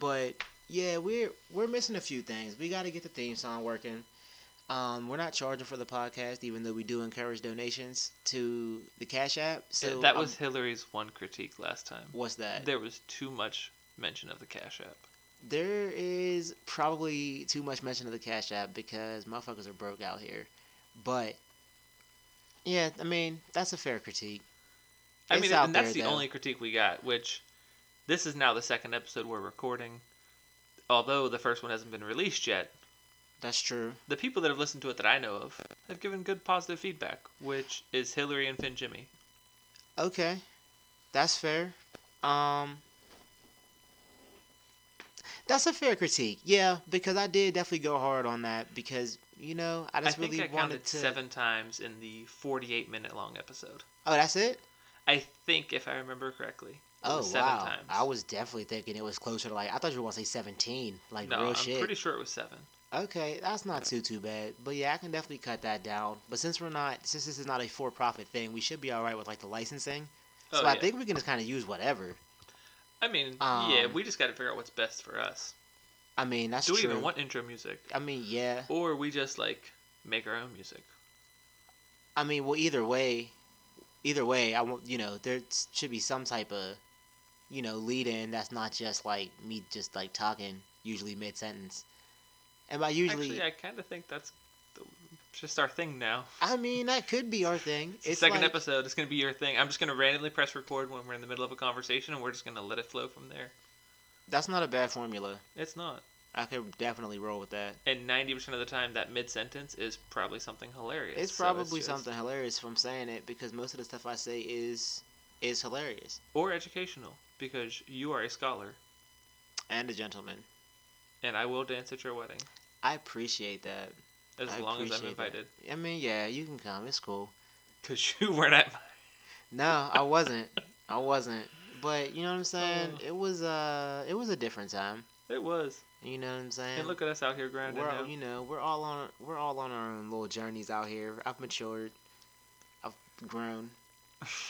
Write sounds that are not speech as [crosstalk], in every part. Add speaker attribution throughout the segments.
Speaker 1: But yeah, we're we're missing a few things. We got to get the theme song working. Um, we're not charging for the podcast, even though we do encourage donations to the Cash App. So um,
Speaker 2: that
Speaker 1: I'm-
Speaker 2: was Hillary's one critique last time.
Speaker 1: what's that?
Speaker 2: There was too much mention of the Cash App.
Speaker 1: There is probably too much mention of the Cash App because motherfuckers are broke out here. But yeah, I mean that's a fair critique.
Speaker 2: I
Speaker 1: It's
Speaker 2: mean,
Speaker 1: out
Speaker 2: and that's
Speaker 1: there,
Speaker 2: the
Speaker 1: though.
Speaker 2: only critique we got. Which this is now the second episode we're recording, although the first one hasn't been released yet.
Speaker 1: That's true.
Speaker 2: The people that have listened to it that I know of have given good positive feedback, which is Hillary and Finn Jimmy.
Speaker 1: Okay, that's fair. Um, that's a fair critique. Yeah, because I did definitely go hard on that because you know I
Speaker 2: I
Speaker 1: just
Speaker 2: think
Speaker 1: really
Speaker 2: I
Speaker 1: wanted
Speaker 2: counted
Speaker 1: to.
Speaker 2: seven times in the 48 minute long episode.
Speaker 1: Oh, that's it.
Speaker 2: I think, if I remember correctly, it
Speaker 1: Oh
Speaker 2: was seven
Speaker 1: wow!
Speaker 2: times.
Speaker 1: I was definitely thinking it was closer to like I thought you were gonna say seventeen, like
Speaker 2: no,
Speaker 1: real
Speaker 2: I'm
Speaker 1: shit.
Speaker 2: pretty sure it was seven.
Speaker 1: Okay, that's not too too bad. But yeah, I can definitely cut that down. But since we're not, since this is not a for profit thing, we should be all right with like the licensing. So
Speaker 2: Oh,
Speaker 1: I
Speaker 2: yeah.
Speaker 1: think we can just kind of use whatever.
Speaker 2: I mean,
Speaker 1: Um,
Speaker 2: yeah, we just got to figure out what's best for us.
Speaker 1: I mean, that's
Speaker 2: Do we
Speaker 1: true.
Speaker 2: even want intro music,
Speaker 1: I mean, yeah.
Speaker 2: or we just like make our own music?
Speaker 1: I mean, well, either way, either way, I want you know there s- should be some type of, you know, lead in that's not just like me just like talking usually mid sentence. And by usually,
Speaker 2: Actually, I kind of think that's the, just our thing now.
Speaker 1: I mean that could be our thing.
Speaker 2: It's the second
Speaker 1: like-
Speaker 2: episode. It's gonna be your thing. I'm just gonna randomly press record when we're in the middle of a conversation, and we're just gonna let it flow from there.
Speaker 1: That's not a bad formula.
Speaker 2: It's not.
Speaker 1: I could definitely roll with that.
Speaker 2: And 90% of the time, that mid sentence is probably something hilarious.
Speaker 1: It's
Speaker 2: so
Speaker 1: probably
Speaker 2: just-
Speaker 1: something hilarious from saying it because most of the stuff I say is is hilarious
Speaker 2: or educational because you are a scholar,
Speaker 1: and a gentleman.
Speaker 2: and I will dance at your wedding
Speaker 1: I appreciate that.
Speaker 2: as
Speaker 1: I
Speaker 2: long as I'm
Speaker 1: appreciate that.
Speaker 2: invited.
Speaker 1: I mean, yeah, you can come. It's cool.
Speaker 2: Because [laughs] you weren't at my.
Speaker 1: No, I wasn't. I wasn't. But you know what I'm saying?
Speaker 2: Oh.
Speaker 1: It was uh it was a different time.
Speaker 2: It was.
Speaker 1: You know what I'm saying?
Speaker 2: And look at us out here grinding.
Speaker 1: we're
Speaker 2: now.
Speaker 1: you know, we're all on we're all on our own little journeys out here. I've matured. I've grown.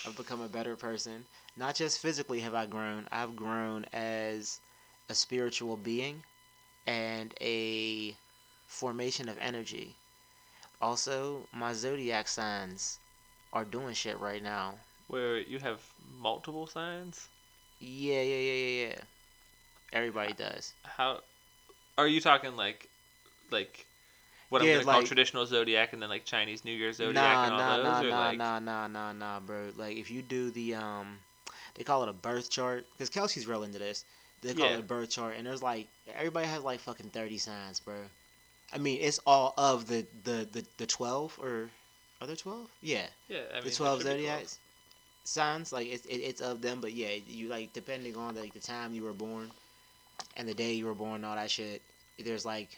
Speaker 1: I've become a better person. Not just physically have I grown, I've grown as a spiritual being and a formation of energy. Also, my zodiac signs are doing shit right now.
Speaker 2: Wait, wait, you have multiple signs?
Speaker 1: Yeah, yeah, yeah, yeah, yeah. Everybody does.
Speaker 2: How. Are you talking like. Like. What I'm
Speaker 1: Yeah,
Speaker 2: gonna
Speaker 1: like-
Speaker 2: call traditional zodiac and then like Chinese New Year zodiac
Speaker 1: nah,
Speaker 2: and all
Speaker 1: nah,
Speaker 2: those?
Speaker 1: nah,
Speaker 2: or
Speaker 1: nah,
Speaker 2: like.
Speaker 1: nah, nah, nah, nah, bro. Like if you do the um, they call it a birth chart because Kelsey's real into this. They call
Speaker 2: Yeah.
Speaker 1: it a birth chart, and there's like everybody has like fucking thirty signs, bro. I mean, it's all of the the the, the twelve or are there twelve? Yeah,
Speaker 2: Yeah, I mean.
Speaker 1: the
Speaker 2: there
Speaker 1: twelve
Speaker 2: should be
Speaker 1: zodiacs signs. Like it's it, it's of them, but yeah, you like depending on like the time you were born, and the day you were born, all that shit. There's like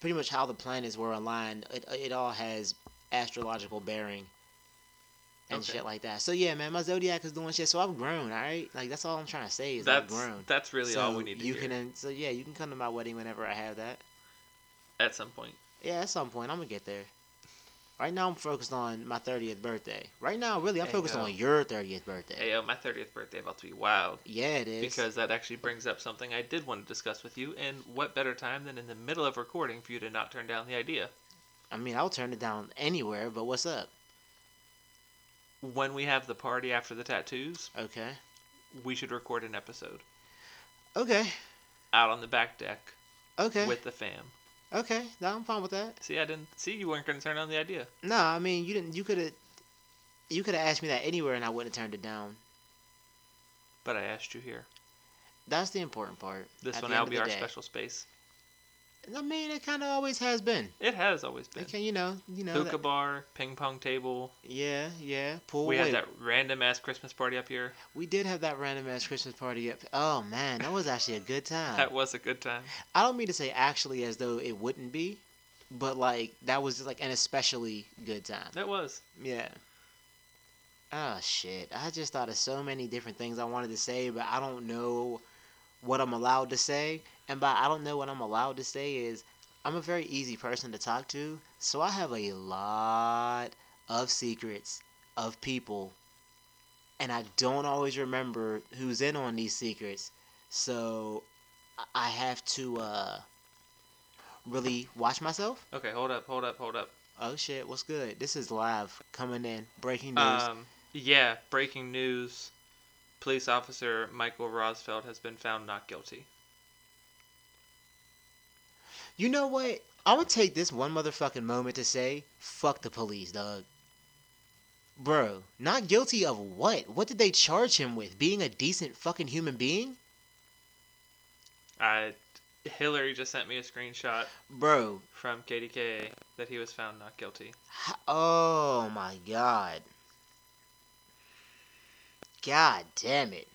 Speaker 1: pretty much how the planets were aligned. It it all has astrological bearing. And
Speaker 2: Okay.
Speaker 1: shit like that. So yeah, man, my zodiac is doing shit. So I've grown, all right. Like that's all I'm trying to say is I've
Speaker 2: That's,
Speaker 1: grown.
Speaker 2: that's really
Speaker 1: so
Speaker 2: all we need to
Speaker 1: you
Speaker 2: hear
Speaker 1: can en- so yeah, you can come to my wedding whenever I have that.
Speaker 2: at some point.
Speaker 1: Yeah, at some point I'm gonna get there. Right now I'm focused on my 30th birthday. Right now, really, I'm
Speaker 2: Hey,
Speaker 1: focused
Speaker 2: yo.
Speaker 1: on your 30th birthday.
Speaker 2: Hey, yo, my 30th birthday about to be wild.
Speaker 1: Yeah, it is.
Speaker 2: because that actually brings up something I did want to discuss with you, and what better time than in the middle of recording for you to not turn down the idea?
Speaker 1: I mean, I'll turn it down anywhere, but what's up?
Speaker 2: When we have the party after the tattoos,
Speaker 1: Okay.
Speaker 2: we should record an episode
Speaker 1: Okay.
Speaker 2: out on the back deck
Speaker 1: Okay.
Speaker 2: with the fam.
Speaker 1: okay. No, I'm fine with that.
Speaker 2: See, I didn't see you weren't going to turn down the idea.
Speaker 1: No, I mean, you didn't. You could have. You could have asked me that anywhere, and I wouldn't have turned it down.
Speaker 2: But I asked you here.
Speaker 1: That's the important part.
Speaker 2: This
Speaker 1: at
Speaker 2: one
Speaker 1: the end
Speaker 2: will
Speaker 1: of
Speaker 2: be
Speaker 1: the
Speaker 2: our
Speaker 1: day.
Speaker 2: special space.
Speaker 1: I mean, it kind of always has been.
Speaker 2: It has always been.
Speaker 1: It can, you know, you know.
Speaker 2: Hookah
Speaker 1: That,
Speaker 2: bar, ping pong table.
Speaker 1: yeah, yeah. Pool.
Speaker 2: we
Speaker 1: wait,
Speaker 2: had that random ass Christmas party up here.
Speaker 1: We did have that random ass Christmas party up. Oh man, that was actually a good time.
Speaker 2: That was a good time.
Speaker 1: I don't mean to say actually as though it wouldn't be, but like that was like an especially good time.
Speaker 2: That was.
Speaker 1: Yeah. Oh shit! I just thought of so many different things I wanted to say, but I don't know what I'm allowed to say. And by I don't know what I'm allowed to say is I'm a very easy person to talk to, so I have a lot of secrets of people, and I don't always remember who's in on these secrets. So I- I have to uh, really watch myself.
Speaker 2: Okay, hold up, hold up, hold up.
Speaker 1: Oh shit, what's good? This is live coming in, breaking news.
Speaker 2: Um, yeah, breaking news. Police officer Michael Rosfeld has been found not guilty.
Speaker 1: you know what? I'm gonna take this one motherfucking moment to say, fuck the police, dog. Bro, not guilty of what? What did they charge him with? Being a decent fucking human being?
Speaker 2: I Hillary just sent me a screenshot
Speaker 1: Bro,
Speaker 2: from KDK that he was found not guilty.
Speaker 1: h- oh my god. God damn it.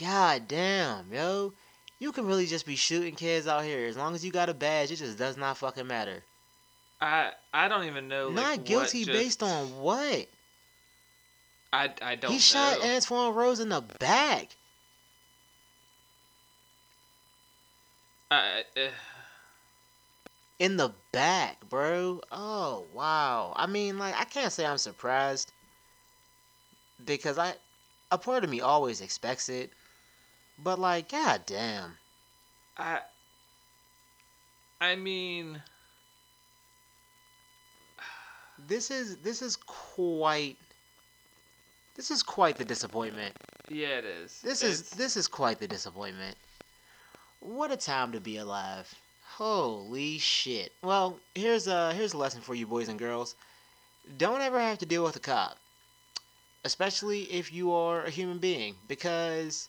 Speaker 1: God damn, yo. You can really just be shooting kids out here. As long as you got a badge, it just does not fucking matter.
Speaker 2: I I don't even know. Like,
Speaker 1: not
Speaker 2: what
Speaker 1: guilty
Speaker 2: just-
Speaker 1: based on what?
Speaker 2: I I don't.
Speaker 1: he
Speaker 2: know.
Speaker 1: shot Antoine Rose in the back.
Speaker 2: I, uh,
Speaker 1: In the back, bro. Oh wow. I mean, like I can't say I'm surprised because I, a part of me always expects it, but like, god damn.
Speaker 2: I. I mean,
Speaker 1: This is this is quite. This is quite the disappointment.
Speaker 2: yeah, it is.
Speaker 1: This is
Speaker 2: It's-
Speaker 1: this is quite the disappointment. What a time to be alive. Holy shit. Well, here's a here's a lesson for you boys and girls. Don't ever have to deal with a cop. Especially if you are a human being because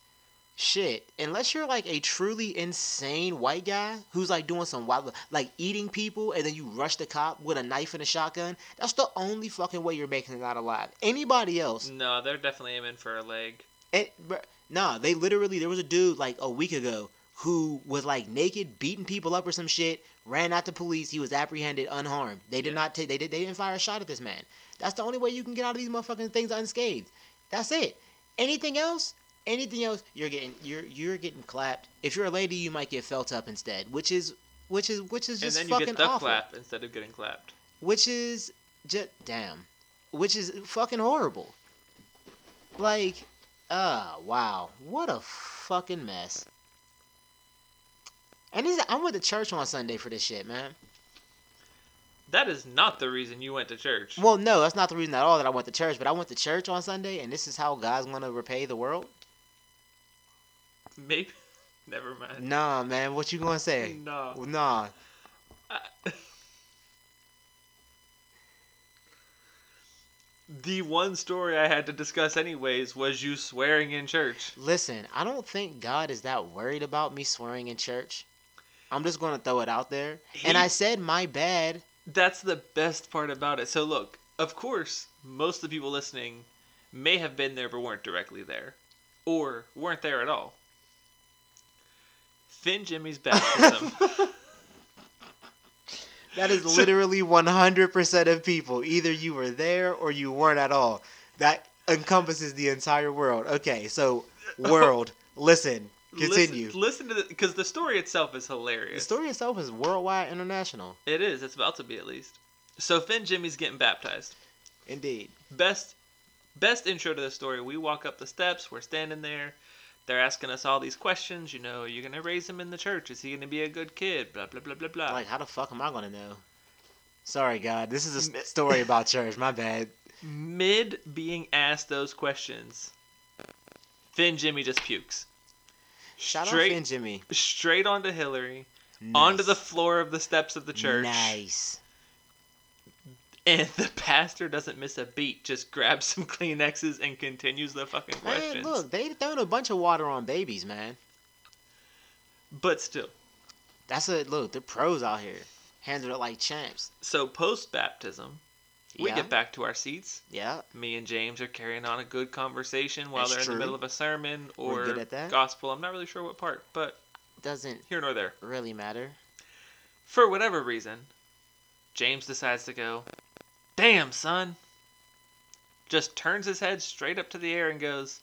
Speaker 1: shit, unless you're like a truly insane white guy who's like doing some wild like eating people and then you rush the cop with a knife and a shotgun, that's the only fucking way you're making it out alive. Anybody else
Speaker 2: no. They're definitely aiming for a leg.
Speaker 1: it, br- nah, they literally there was a dude like a week ago who was like naked, beating people up or some shit. Ran out to police. He was apprehended unharmed. They did
Speaker 2: Yeah.
Speaker 1: not take. They did. They didn't fire a shot at this man. That's the only way you can get out of these motherfucking things unscathed. That's it. Anything else? Anything else? You're getting. You're you're getting clapped. If you're a lady, you might get felt up instead, which is which is which is
Speaker 2: And
Speaker 1: just
Speaker 2: then you
Speaker 1: fucking
Speaker 2: get the
Speaker 1: awful.
Speaker 2: clap instead of getting clapped.
Speaker 1: Which is just damn. Which is fucking horrible. Like, uh, wow, what a fucking mess. And this, I went to church on Sunday for this shit, man.
Speaker 2: That is not the reason you went to church.
Speaker 1: Well, no, that's not the reason at all that I went to church, but I went to church on Sunday, and this is how God's gonna repay the world.
Speaker 2: Maybe. [laughs] Never mind.
Speaker 1: Nah, man, what you gonna say?
Speaker 2: No.
Speaker 1: Nah,
Speaker 2: The one story I had to discuss, anyways, was you swearing in church.
Speaker 1: Listen, I don't think God is that worried about me swearing in church. I'm just gonna throw it out there. And
Speaker 2: He-
Speaker 1: I said my bad.
Speaker 2: That's the best part about it. So, look, of course, most of the people listening may have been there but weren't directly there, or weren't there at all. Finn Jimmy's baptism.
Speaker 1: That is
Speaker 2: [laughs] So-
Speaker 1: literally 100% of people. Either you were there or you weren't at all. That encompasses the entire world. Okay,
Speaker 2: [laughs]
Speaker 1: so world, listen, [laughs] continue.
Speaker 2: Listen, listen to because the story itself is hilarious.
Speaker 1: The story itself is worldwide, international.
Speaker 2: It is. It's about to be at least. So Finn Jimmy's getting baptized.
Speaker 1: Indeed.
Speaker 2: Best, best intro to the story. We walk up the steps. We're standing there. They're asking us all these questions. You know, are you gonna raise him in the church? Is he gonna be a good kid? Blah blah blah blah blah.
Speaker 1: Like, how the fuck am I gonna know? Sorry, God. This is a s- story about church. My bad.
Speaker 2: Mid being asked those questions, Finn Jimmy just pukes.
Speaker 1: Shout
Speaker 2: Straight-
Speaker 1: out Finn Jimmy.
Speaker 2: Straight onto Hillary,
Speaker 1: Nice.
Speaker 2: onto the floor of the steps of the church,
Speaker 1: Nice.
Speaker 2: and the pastor doesn't miss a beat. Just grabs some [laughs] Kleenexes and continues the fucking questions.
Speaker 1: Man, look, they thrown a bunch of water on babies, man.
Speaker 2: But still,
Speaker 1: That's a look. They're pros out here. Handle it like champs.
Speaker 2: So post baptism, we
Speaker 1: Yeah.
Speaker 2: get back to our seats.
Speaker 1: Yeah.
Speaker 2: Me and James are carrying on a good conversation while
Speaker 1: That's
Speaker 2: they're in
Speaker 1: true.
Speaker 2: the middle of a sermon
Speaker 1: We're
Speaker 2: or
Speaker 1: good at that.
Speaker 2: gospel. I'm not really sure what part, but
Speaker 1: Doesn't
Speaker 2: here nor there.
Speaker 1: really matter.
Speaker 2: For whatever reason, James decides to go, Damn, son! Just turns his head straight up to the air and goes,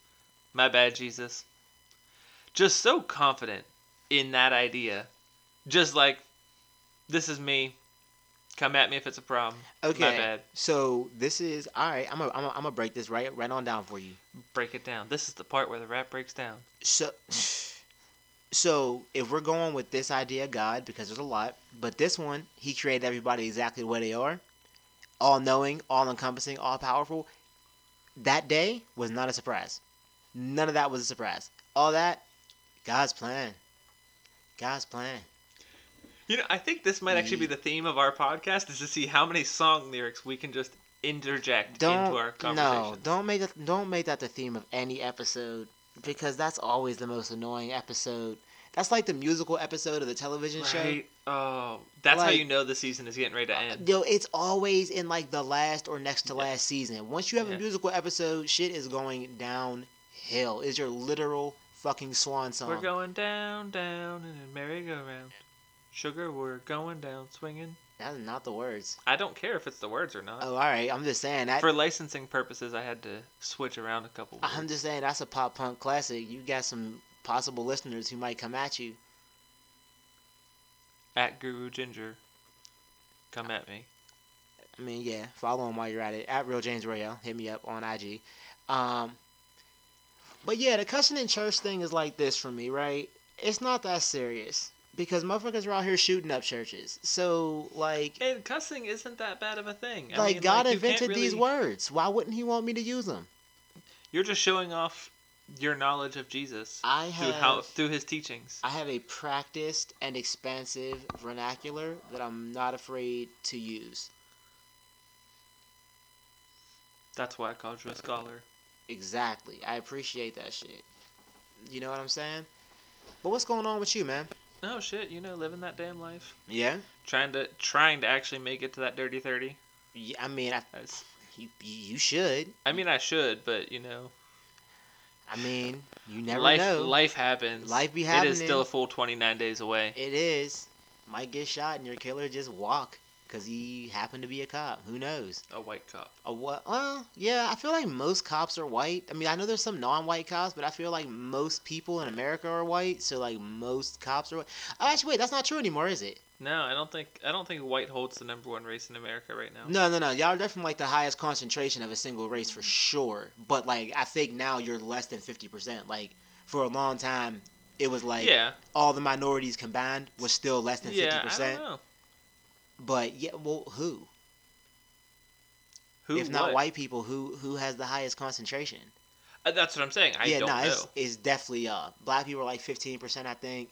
Speaker 2: My bad, Jesus. Just so confident in that idea. Just like, This is me. Come at me if it's a problem.
Speaker 1: Okay.
Speaker 2: My bad.
Speaker 1: So this is all right. I'm gonna I'm gonna I'm gonna break this right right on down for you.
Speaker 2: break it down. This is the part where the rap breaks down.
Speaker 1: So, [sighs] So if we're going with this idea, God, because there's a lot, but this one, He created everybody exactly where they are, all knowing, all encompassing, all powerful. That day was not a surprise. None of that was a surprise. All that, God's plan. God's plan.
Speaker 2: You know, I think this might actually
Speaker 1: Mm.
Speaker 2: be the theme of our podcast is to see how many song lyrics we can just interject
Speaker 1: Don't
Speaker 2: into our conversation.
Speaker 1: no, don't make that don't make that the theme of any episode because that's always the most annoying episode. That's like the musical episode of the television show.
Speaker 2: Right? Oh, that's how
Speaker 1: Like-
Speaker 2: you know the season is getting ready to end.
Speaker 1: Yo, it's always in like the last or next to last season. Once you have
Speaker 2: Yeah.
Speaker 1: a musical episode, shit is going downhill. Is your literal fucking swan song?
Speaker 2: We're going down, down, and a merry-go-round. Sugar, we're going down, swinging.
Speaker 1: That's not the words.
Speaker 2: I don't care if it's the words or not.
Speaker 1: Oh, all right. I'm just saying that.
Speaker 2: For licensing purposes, I had to switch around a couple. Words.
Speaker 1: I'm just saying that's a pop punk classic. You got some possible listeners who might come at you.
Speaker 2: At Guru Ginger, come at me.
Speaker 1: I mean, yeah, follow him while you're at it. At Real James Royale, hit me up on IG. Um, but yeah, the cussing in church thing is like this for me, right? It's not that serious because motherfuckers are out here shooting up churches. So like,
Speaker 2: And cussing isn't that bad of a thing. I
Speaker 1: like
Speaker 2: mean,
Speaker 1: God
Speaker 2: like, you can't
Speaker 1: invented these
Speaker 2: really-
Speaker 1: words. Why wouldn't He want me to use them?
Speaker 2: You're just showing off your knowledge of Jesus
Speaker 1: I
Speaker 2: through
Speaker 1: have
Speaker 2: how through his teachings.
Speaker 1: I have a practiced and expansive vernacular that I'm not afraid to use.
Speaker 2: That's why I called you a scholar.
Speaker 1: Exactly. I appreciate that shit. You know what I'm saying? But what's going on with you, man?
Speaker 2: Oh shit, you know, living that damn life,
Speaker 1: Yeah.
Speaker 2: trying to trying to actually make it to that dirty thirty.
Speaker 1: Yeah, I mean, I,
Speaker 2: That's-
Speaker 1: you, you should.
Speaker 2: I mean, I should, but you know,
Speaker 1: I mean, you never
Speaker 2: life
Speaker 1: know.
Speaker 2: life happens.
Speaker 1: Life be
Speaker 2: It is still
Speaker 1: happening.
Speaker 2: a full twenty nine days away.
Speaker 1: It is. Might get shot and your killer just walk because he happened to be a cop. Who knows?
Speaker 2: A white cop.
Speaker 1: A what? Well, yeah, I feel like most cops are white. I mean, I know there's some non-white cops, but I feel like most people in America are white. So like most cops are white. Oh, actually, wait, that's not true anymore, is it?
Speaker 2: No, I don't think I don't think white holds the number one race in America right now.
Speaker 1: No, no, no. Y'all are definitely like the highest concentration of a single race for sure. But like, I think now you're less than fifty percent. Like for a long time, it was like
Speaker 2: yeah,
Speaker 1: all the minorities combined was still less than fifty
Speaker 2: yeah, I don't
Speaker 1: percent.
Speaker 2: know.
Speaker 1: But yeah, well, who?
Speaker 2: Who
Speaker 1: if not
Speaker 2: what?
Speaker 1: white people, who who has the highest concentration?
Speaker 2: Uh, That's what I'm saying. I
Speaker 1: yeah,
Speaker 2: don't
Speaker 1: no,
Speaker 2: know.
Speaker 1: it's it's definitely uh black people are like fifteen percent, I think.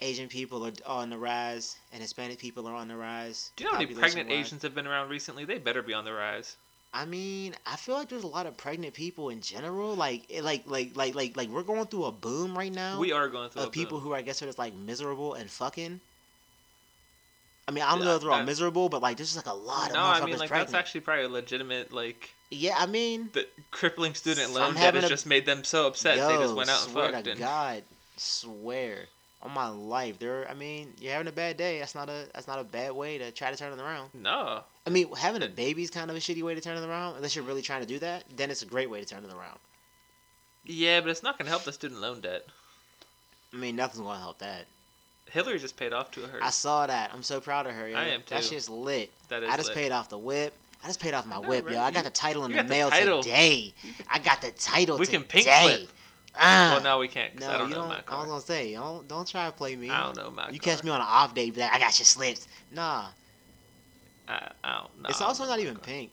Speaker 1: Asian people are on the rise, and Hispanic people are on the rise.
Speaker 2: Do you know how many
Speaker 1: population
Speaker 2: pregnant
Speaker 1: wise.
Speaker 2: Asians have been around recently? They better be on the rise.
Speaker 1: I mean, I feel like there's a lot of pregnant people in general. Like, it, like, like, like, like, like we're going through a boom right now
Speaker 2: We are going through a
Speaker 1: of people
Speaker 2: boom.
Speaker 1: who I guess are just like miserable and fucking. I mean, I don't know if they're
Speaker 2: Yeah, I-
Speaker 1: all miserable, but like, there's just like a lot of
Speaker 2: No,
Speaker 1: motherfuckers
Speaker 2: I mean like
Speaker 1: pregnant.
Speaker 2: that's actually probably a legitimate like
Speaker 1: Yeah, I mean,
Speaker 2: the [laughs] crippling student
Speaker 1: Some
Speaker 2: loan debt
Speaker 1: having
Speaker 2: has
Speaker 1: a-
Speaker 2: just made them so upset
Speaker 1: yo,
Speaker 2: they just went out and
Speaker 1: swear
Speaker 2: fucked.
Speaker 1: to
Speaker 2: And
Speaker 1: God, swear on my life. There, I mean, you're having a bad day. That's not a that's not a bad way to try to turn it around.
Speaker 2: no,
Speaker 1: I mean, having a baby's kind of a shitty way to turn it around. Unless you're really trying to do that, then it's a great way to turn it around.
Speaker 2: yeah, but it's not gonna help the student loan debt.
Speaker 1: I mean, nothing's gonna help that.
Speaker 2: Hillary just paid off to her.
Speaker 1: I saw that. I'm so proud of her. Yo.
Speaker 2: I am
Speaker 1: That
Speaker 2: too.
Speaker 1: shit's lit.
Speaker 2: that is
Speaker 1: I just
Speaker 2: lit.
Speaker 1: paid off the whip. I just paid off my
Speaker 2: know,
Speaker 1: whip,
Speaker 2: right?
Speaker 1: yo. I
Speaker 2: You-
Speaker 1: got the title in
Speaker 2: you
Speaker 1: the
Speaker 2: got the
Speaker 1: mail
Speaker 2: title.
Speaker 1: today. I got the title
Speaker 2: We
Speaker 1: today.
Speaker 2: can pink slip.
Speaker 1: Ah.
Speaker 2: Well, no, we can't. Cause
Speaker 1: no,
Speaker 2: I don't
Speaker 1: you
Speaker 2: know
Speaker 1: don't.
Speaker 2: my
Speaker 1: I was
Speaker 2: car.
Speaker 1: gonna say, don't don't try to play me.
Speaker 2: I don't know my
Speaker 1: You
Speaker 2: car.
Speaker 1: catch me on an off day, be like, I got your slips. Nah,
Speaker 2: I, I don't know.
Speaker 1: it's also not even pink.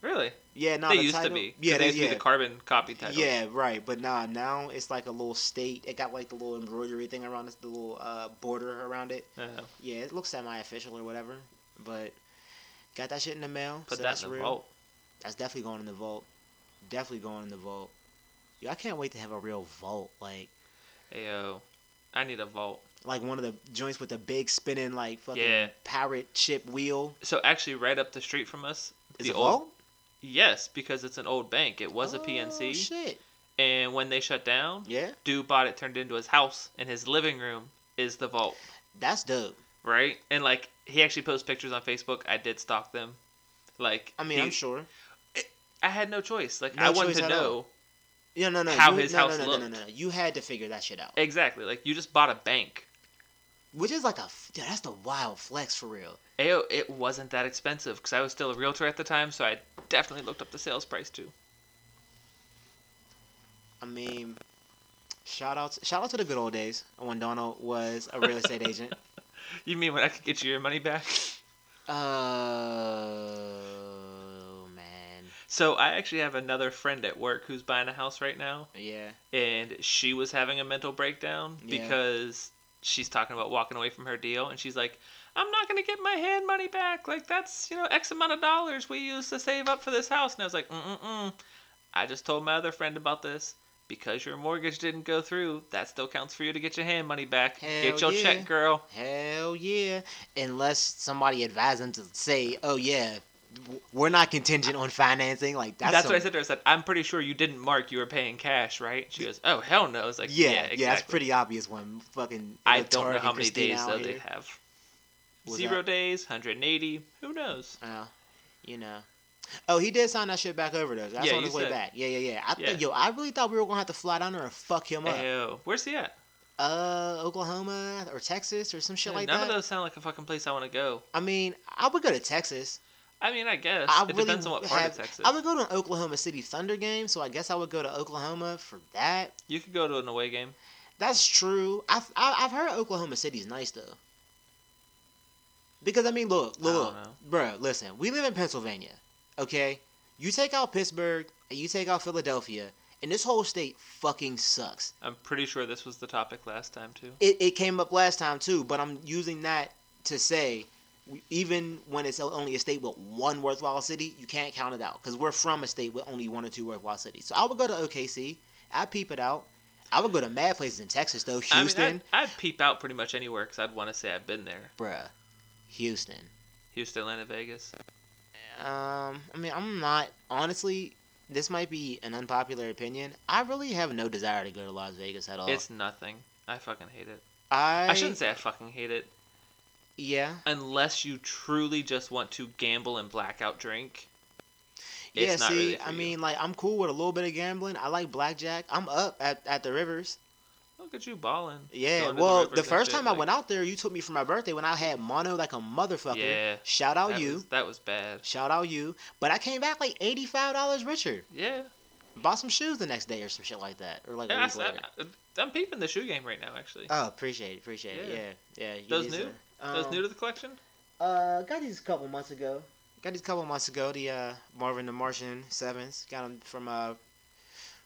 Speaker 2: Really?
Speaker 1: Yeah, nah.
Speaker 2: they
Speaker 1: the
Speaker 2: used
Speaker 1: title,
Speaker 2: to be. 'cause
Speaker 1: Yeah,
Speaker 2: they
Speaker 1: they,
Speaker 2: used to
Speaker 1: yeah.
Speaker 2: be the carbon copy title.
Speaker 1: Yeah, right. But nah, now it's like a little state. It got like the little embroidery thing around it, the little uh, border around it.
Speaker 2: Uh,
Speaker 1: Yeah, it looks semi-official or whatever, but got that shit in the mail.
Speaker 2: put
Speaker 1: so
Speaker 2: that
Speaker 1: that's
Speaker 2: in the
Speaker 1: real.
Speaker 2: vault.
Speaker 1: That's definitely going in the vault. Definitely going in the vault. Yo, I can't wait to have a real vault, like
Speaker 2: Ayo, I need a vault.
Speaker 1: like one of the joints with the big spinning like fucking
Speaker 2: Yeah.
Speaker 1: pirate ship wheel.
Speaker 2: So actually, right up the street from us,
Speaker 1: Is
Speaker 2: the
Speaker 1: a
Speaker 2: old
Speaker 1: vault?
Speaker 2: yes, because it's an old bank. It was a
Speaker 1: Oh,
Speaker 2: PNC,
Speaker 1: Shit.
Speaker 2: and when they shut down,
Speaker 1: Yeah,
Speaker 2: dude bought it, turned it into his house, and his living room is the vault,
Speaker 1: that's dope.
Speaker 2: right? And like he actually posts pictures on Facebook. I did stalk them. Like
Speaker 1: I mean,
Speaker 2: he-
Speaker 1: I'm sure.
Speaker 2: I had no choice. Like
Speaker 1: No
Speaker 2: I wanted
Speaker 1: choice
Speaker 2: to
Speaker 1: at all.
Speaker 2: know
Speaker 1: Yeah, no, no.
Speaker 2: how
Speaker 1: you,
Speaker 2: his
Speaker 1: no,
Speaker 2: house
Speaker 1: no, no, No,
Speaker 2: looked.
Speaker 1: no, no, You had to figure that shit out,
Speaker 2: exactly. Like you just bought a bank.
Speaker 1: which is like a f- dude, that's the wild flex for real.
Speaker 2: Ayo, it wasn't that expensive because I was still a realtor at the time, so I definitely looked up the sales price too.
Speaker 1: I mean, Shout out, shout out to the good old days when Donald was a real estate
Speaker 2: [laughs]
Speaker 1: agent. Uh,
Speaker 2: You mean when I could get you your money back? [laughs]
Speaker 1: Oh man,
Speaker 2: So I actually have another friend at work who's buying a house right now,
Speaker 1: yeah,
Speaker 2: and she was having a mental breakdown
Speaker 1: Yeah.
Speaker 2: because she's talking about walking away from her deal, and she's like, "I'm not gonna get my hand money back. Like that's you know X amount of dollars we used to save up for this house." And I was like, "Mm mm mm." I just told my other friend about this. Because your mortgage didn't go through, that still counts for you to get your hand money back.
Speaker 1: Hell
Speaker 2: get your
Speaker 1: yeah.
Speaker 2: check, girl.
Speaker 1: hell yeah. Unless somebody advised him to say, "Oh yeah, w- we're not contingent on financing." Like that's,
Speaker 2: That's,
Speaker 1: some-
Speaker 2: what I said to her. I said, I'm pretty sure you didn't mark you were paying cash, right? She goes, Oh, hell no. I was like,
Speaker 1: Yeah,
Speaker 2: Yeah,
Speaker 1: yeah,
Speaker 2: exactly.
Speaker 1: that's pretty obvious. When fucking
Speaker 2: I
Speaker 1: Latard
Speaker 2: don't know
Speaker 1: and
Speaker 2: how many
Speaker 1: Christina
Speaker 2: days
Speaker 1: out
Speaker 2: though
Speaker 1: here.
Speaker 2: they have.
Speaker 1: Was
Speaker 2: Zero
Speaker 1: that-
Speaker 2: days, 180. Who knows?
Speaker 1: Oh, you know. Oh, he did sign that shit back over though. That's
Speaker 2: Yeah,
Speaker 1: on
Speaker 2: you
Speaker 1: his way
Speaker 2: said.
Speaker 1: back. Yeah, yeah, yeah. I
Speaker 2: Yeah.
Speaker 1: think yo, I really thought we were gonna have to fly down there and fuck him up.
Speaker 2: Ayo. Where's he at?
Speaker 1: Uh, Oklahoma or Texas or some shit
Speaker 2: Yeah,
Speaker 1: like
Speaker 2: None
Speaker 1: that.
Speaker 2: of those sound like a fucking place I want to go.
Speaker 1: I mean, I would go to Texas.
Speaker 2: I mean, I guess
Speaker 1: I
Speaker 2: it
Speaker 1: really
Speaker 2: depends on what part
Speaker 1: have-
Speaker 2: of Texas.
Speaker 1: I would go to an Oklahoma City Thunder game, so I guess I would go to Oklahoma for that.
Speaker 2: You could go to an away game.
Speaker 1: That's true. I've I- I've heard Oklahoma City's nice though. Because I mean, look,
Speaker 2: I don't
Speaker 1: look,
Speaker 2: know.
Speaker 1: bro, listen. We live in Pennsylvania, okay? You take out Pittsburgh and you take out Philadelphia, and this whole state fucking sucks.
Speaker 2: I'm pretty sure this was the topic last time too.
Speaker 1: It it came up last time too, but I'm using that to say, w- even when it's only a state with one worthwhile city, you can't count it out because we're from a state with only one or two worthwhile cities. So I would go to OKC. I peep it out. I would go to mad places in Texas though, Houston.
Speaker 2: I mean, I'd, I'd peep out pretty much anywhere because I'd want to say I've been there.
Speaker 1: bruh, Houston.
Speaker 2: Houston, Atlanta, Vegas.
Speaker 1: Um, I mean, I'm not honestly. This might be an unpopular opinion. I really have no desire to go to Las Vegas at all.
Speaker 2: It's nothing. I fucking hate it.
Speaker 1: I,
Speaker 2: I shouldn't say I fucking hate it.
Speaker 1: Yeah.
Speaker 2: Unless you truly just want to gamble and blackout drink. It's
Speaker 1: yeah.
Speaker 2: not
Speaker 1: See,
Speaker 2: really for
Speaker 1: I
Speaker 2: you.
Speaker 1: mean, like, I'm cool with a little bit of gambling. I like blackjack. I'm up at, at the rivers.
Speaker 2: Look at you balling.
Speaker 1: Yeah. well, the first time I went out there, you took me for my birthday when I had mono like a motherfucker.
Speaker 2: Yeah,
Speaker 1: Shout out
Speaker 2: that
Speaker 1: you.
Speaker 2: was, that was bad.
Speaker 1: Shout out you. But I came back like eighty five dollars richer.
Speaker 2: Yeah,
Speaker 1: Bought some shoes the next day or some shit like that, or like a
Speaker 2: yeah
Speaker 1: week
Speaker 2: I,
Speaker 1: later.
Speaker 2: am peeping the shoe game right now. Actually,
Speaker 1: Oh, appreciate it, appreciate it. Yeah, yeah. you
Speaker 2: Those
Speaker 1: need
Speaker 2: new?
Speaker 1: to-
Speaker 2: that was
Speaker 1: Um,
Speaker 2: new to the collection.
Speaker 1: Uh, got these a couple months ago. Got these a couple months ago. The uh, Marvin the Martian Sevens. Got them from uh,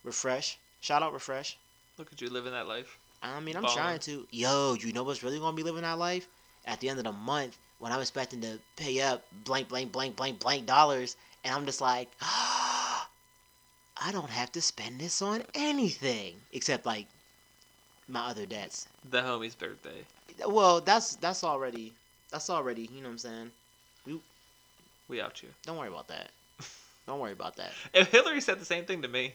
Speaker 1: Refresh. Shout out Refresh.
Speaker 2: Look at you living that life.
Speaker 1: I mean, I'm
Speaker 2: Ballin'.
Speaker 1: trying to. Yo, you know what's really gonna be living that life? At the end of the month, when I'm expecting to pay up blank, blank, blank, blank, blank dollars, and I'm just like, [gasps] I don't have to spend this on anything except like my other debts.
Speaker 2: The homie's birthday.
Speaker 1: Well, that's that's already that's already you know what I'm saying.
Speaker 2: We out you.
Speaker 1: Don't worry about that. [laughs] Don't worry about that.
Speaker 2: If Hillary said the same thing to me,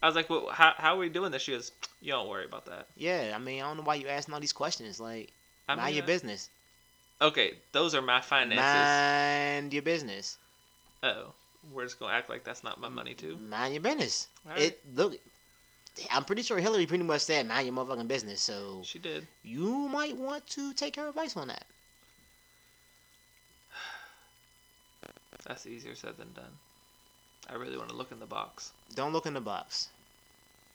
Speaker 2: I was like, "Well, how, how are we doing this?" She goes, "You don't worry about that."
Speaker 1: Yeah, I mean I don't know why you asking all these questions. Like
Speaker 2: I
Speaker 1: mind
Speaker 2: mean,
Speaker 1: your
Speaker 2: uh,
Speaker 1: business.
Speaker 2: Okay, those are my finances.
Speaker 1: Mind your business.
Speaker 2: Oh, we're just gonna act like that's not my money too.
Speaker 1: Mind your business.
Speaker 2: All right.
Speaker 1: It look. I'm pretty sure Hillary pretty much said mind your motherfucking business. So
Speaker 2: She did.
Speaker 1: you might want to take her advice on that.
Speaker 2: That's easier said than done. I really want to look in the box.
Speaker 1: Don't look in the box.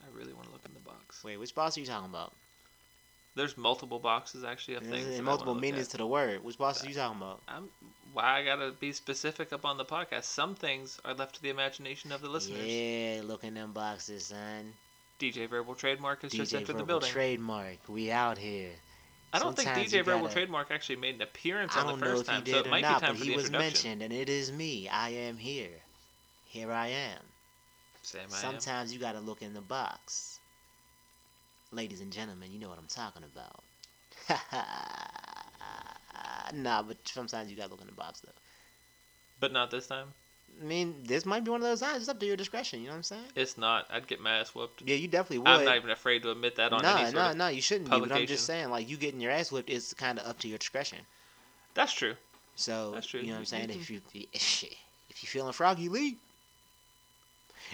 Speaker 2: I really want to look in the box.
Speaker 1: Wait, which box are you talking about?
Speaker 2: There's multiple boxes actually of things. that I
Speaker 1: There's multiple
Speaker 2: wanna look at.
Speaker 1: meanings to the word. Which box are you talking about?
Speaker 2: I'm why I gotta be specific up on the podcast. Some things are left to the imagination of the listeners.
Speaker 1: Yeah, look in them boxes, son.
Speaker 2: DJ Verbal Trademark has just
Speaker 1: DJ
Speaker 2: entered
Speaker 1: Verbal
Speaker 2: the building.
Speaker 1: trademark. We out here.
Speaker 2: I don't think
Speaker 1: Sometimes
Speaker 2: DJ
Speaker 1: you
Speaker 2: Verbal
Speaker 1: gotta-
Speaker 2: Trademark actually made an appearance
Speaker 1: I
Speaker 2: on
Speaker 1: don't
Speaker 2: the
Speaker 1: know
Speaker 2: first
Speaker 1: if
Speaker 2: time,
Speaker 1: he
Speaker 2: so
Speaker 1: did
Speaker 2: it
Speaker 1: or
Speaker 2: might
Speaker 1: not,
Speaker 2: be time
Speaker 1: but
Speaker 2: for
Speaker 1: he
Speaker 2: the
Speaker 1: was
Speaker 2: introduction.
Speaker 1: mentioned, and it is me. I am here. Here I am.
Speaker 2: Sam, I am.
Speaker 1: Sometimes you gotta look in the box. Ladies and gentlemen, you know what I'm talking about. [laughs] nah, but sometimes you gotta look in the box, though.
Speaker 2: But not this time.
Speaker 1: I mean, this might be one of those times. It's up to your discretion, you know what I'm saying?
Speaker 2: It's not. I'd get my ass whooped.
Speaker 1: Yeah, you definitely would.
Speaker 2: I'm not even afraid to admit that on any
Speaker 1: no,
Speaker 2: sort
Speaker 1: no,
Speaker 2: of...
Speaker 1: no, you shouldn't be. But I'm
Speaker 2: publication.
Speaker 1: just saying, like, you getting your ass whipped is kind of up to your discretion.
Speaker 2: That's true.
Speaker 1: So
Speaker 2: That's true.
Speaker 1: you know what I'm
Speaker 2: You-
Speaker 1: saying.
Speaker 2: you
Speaker 1: If you if you feeling froggy, leave.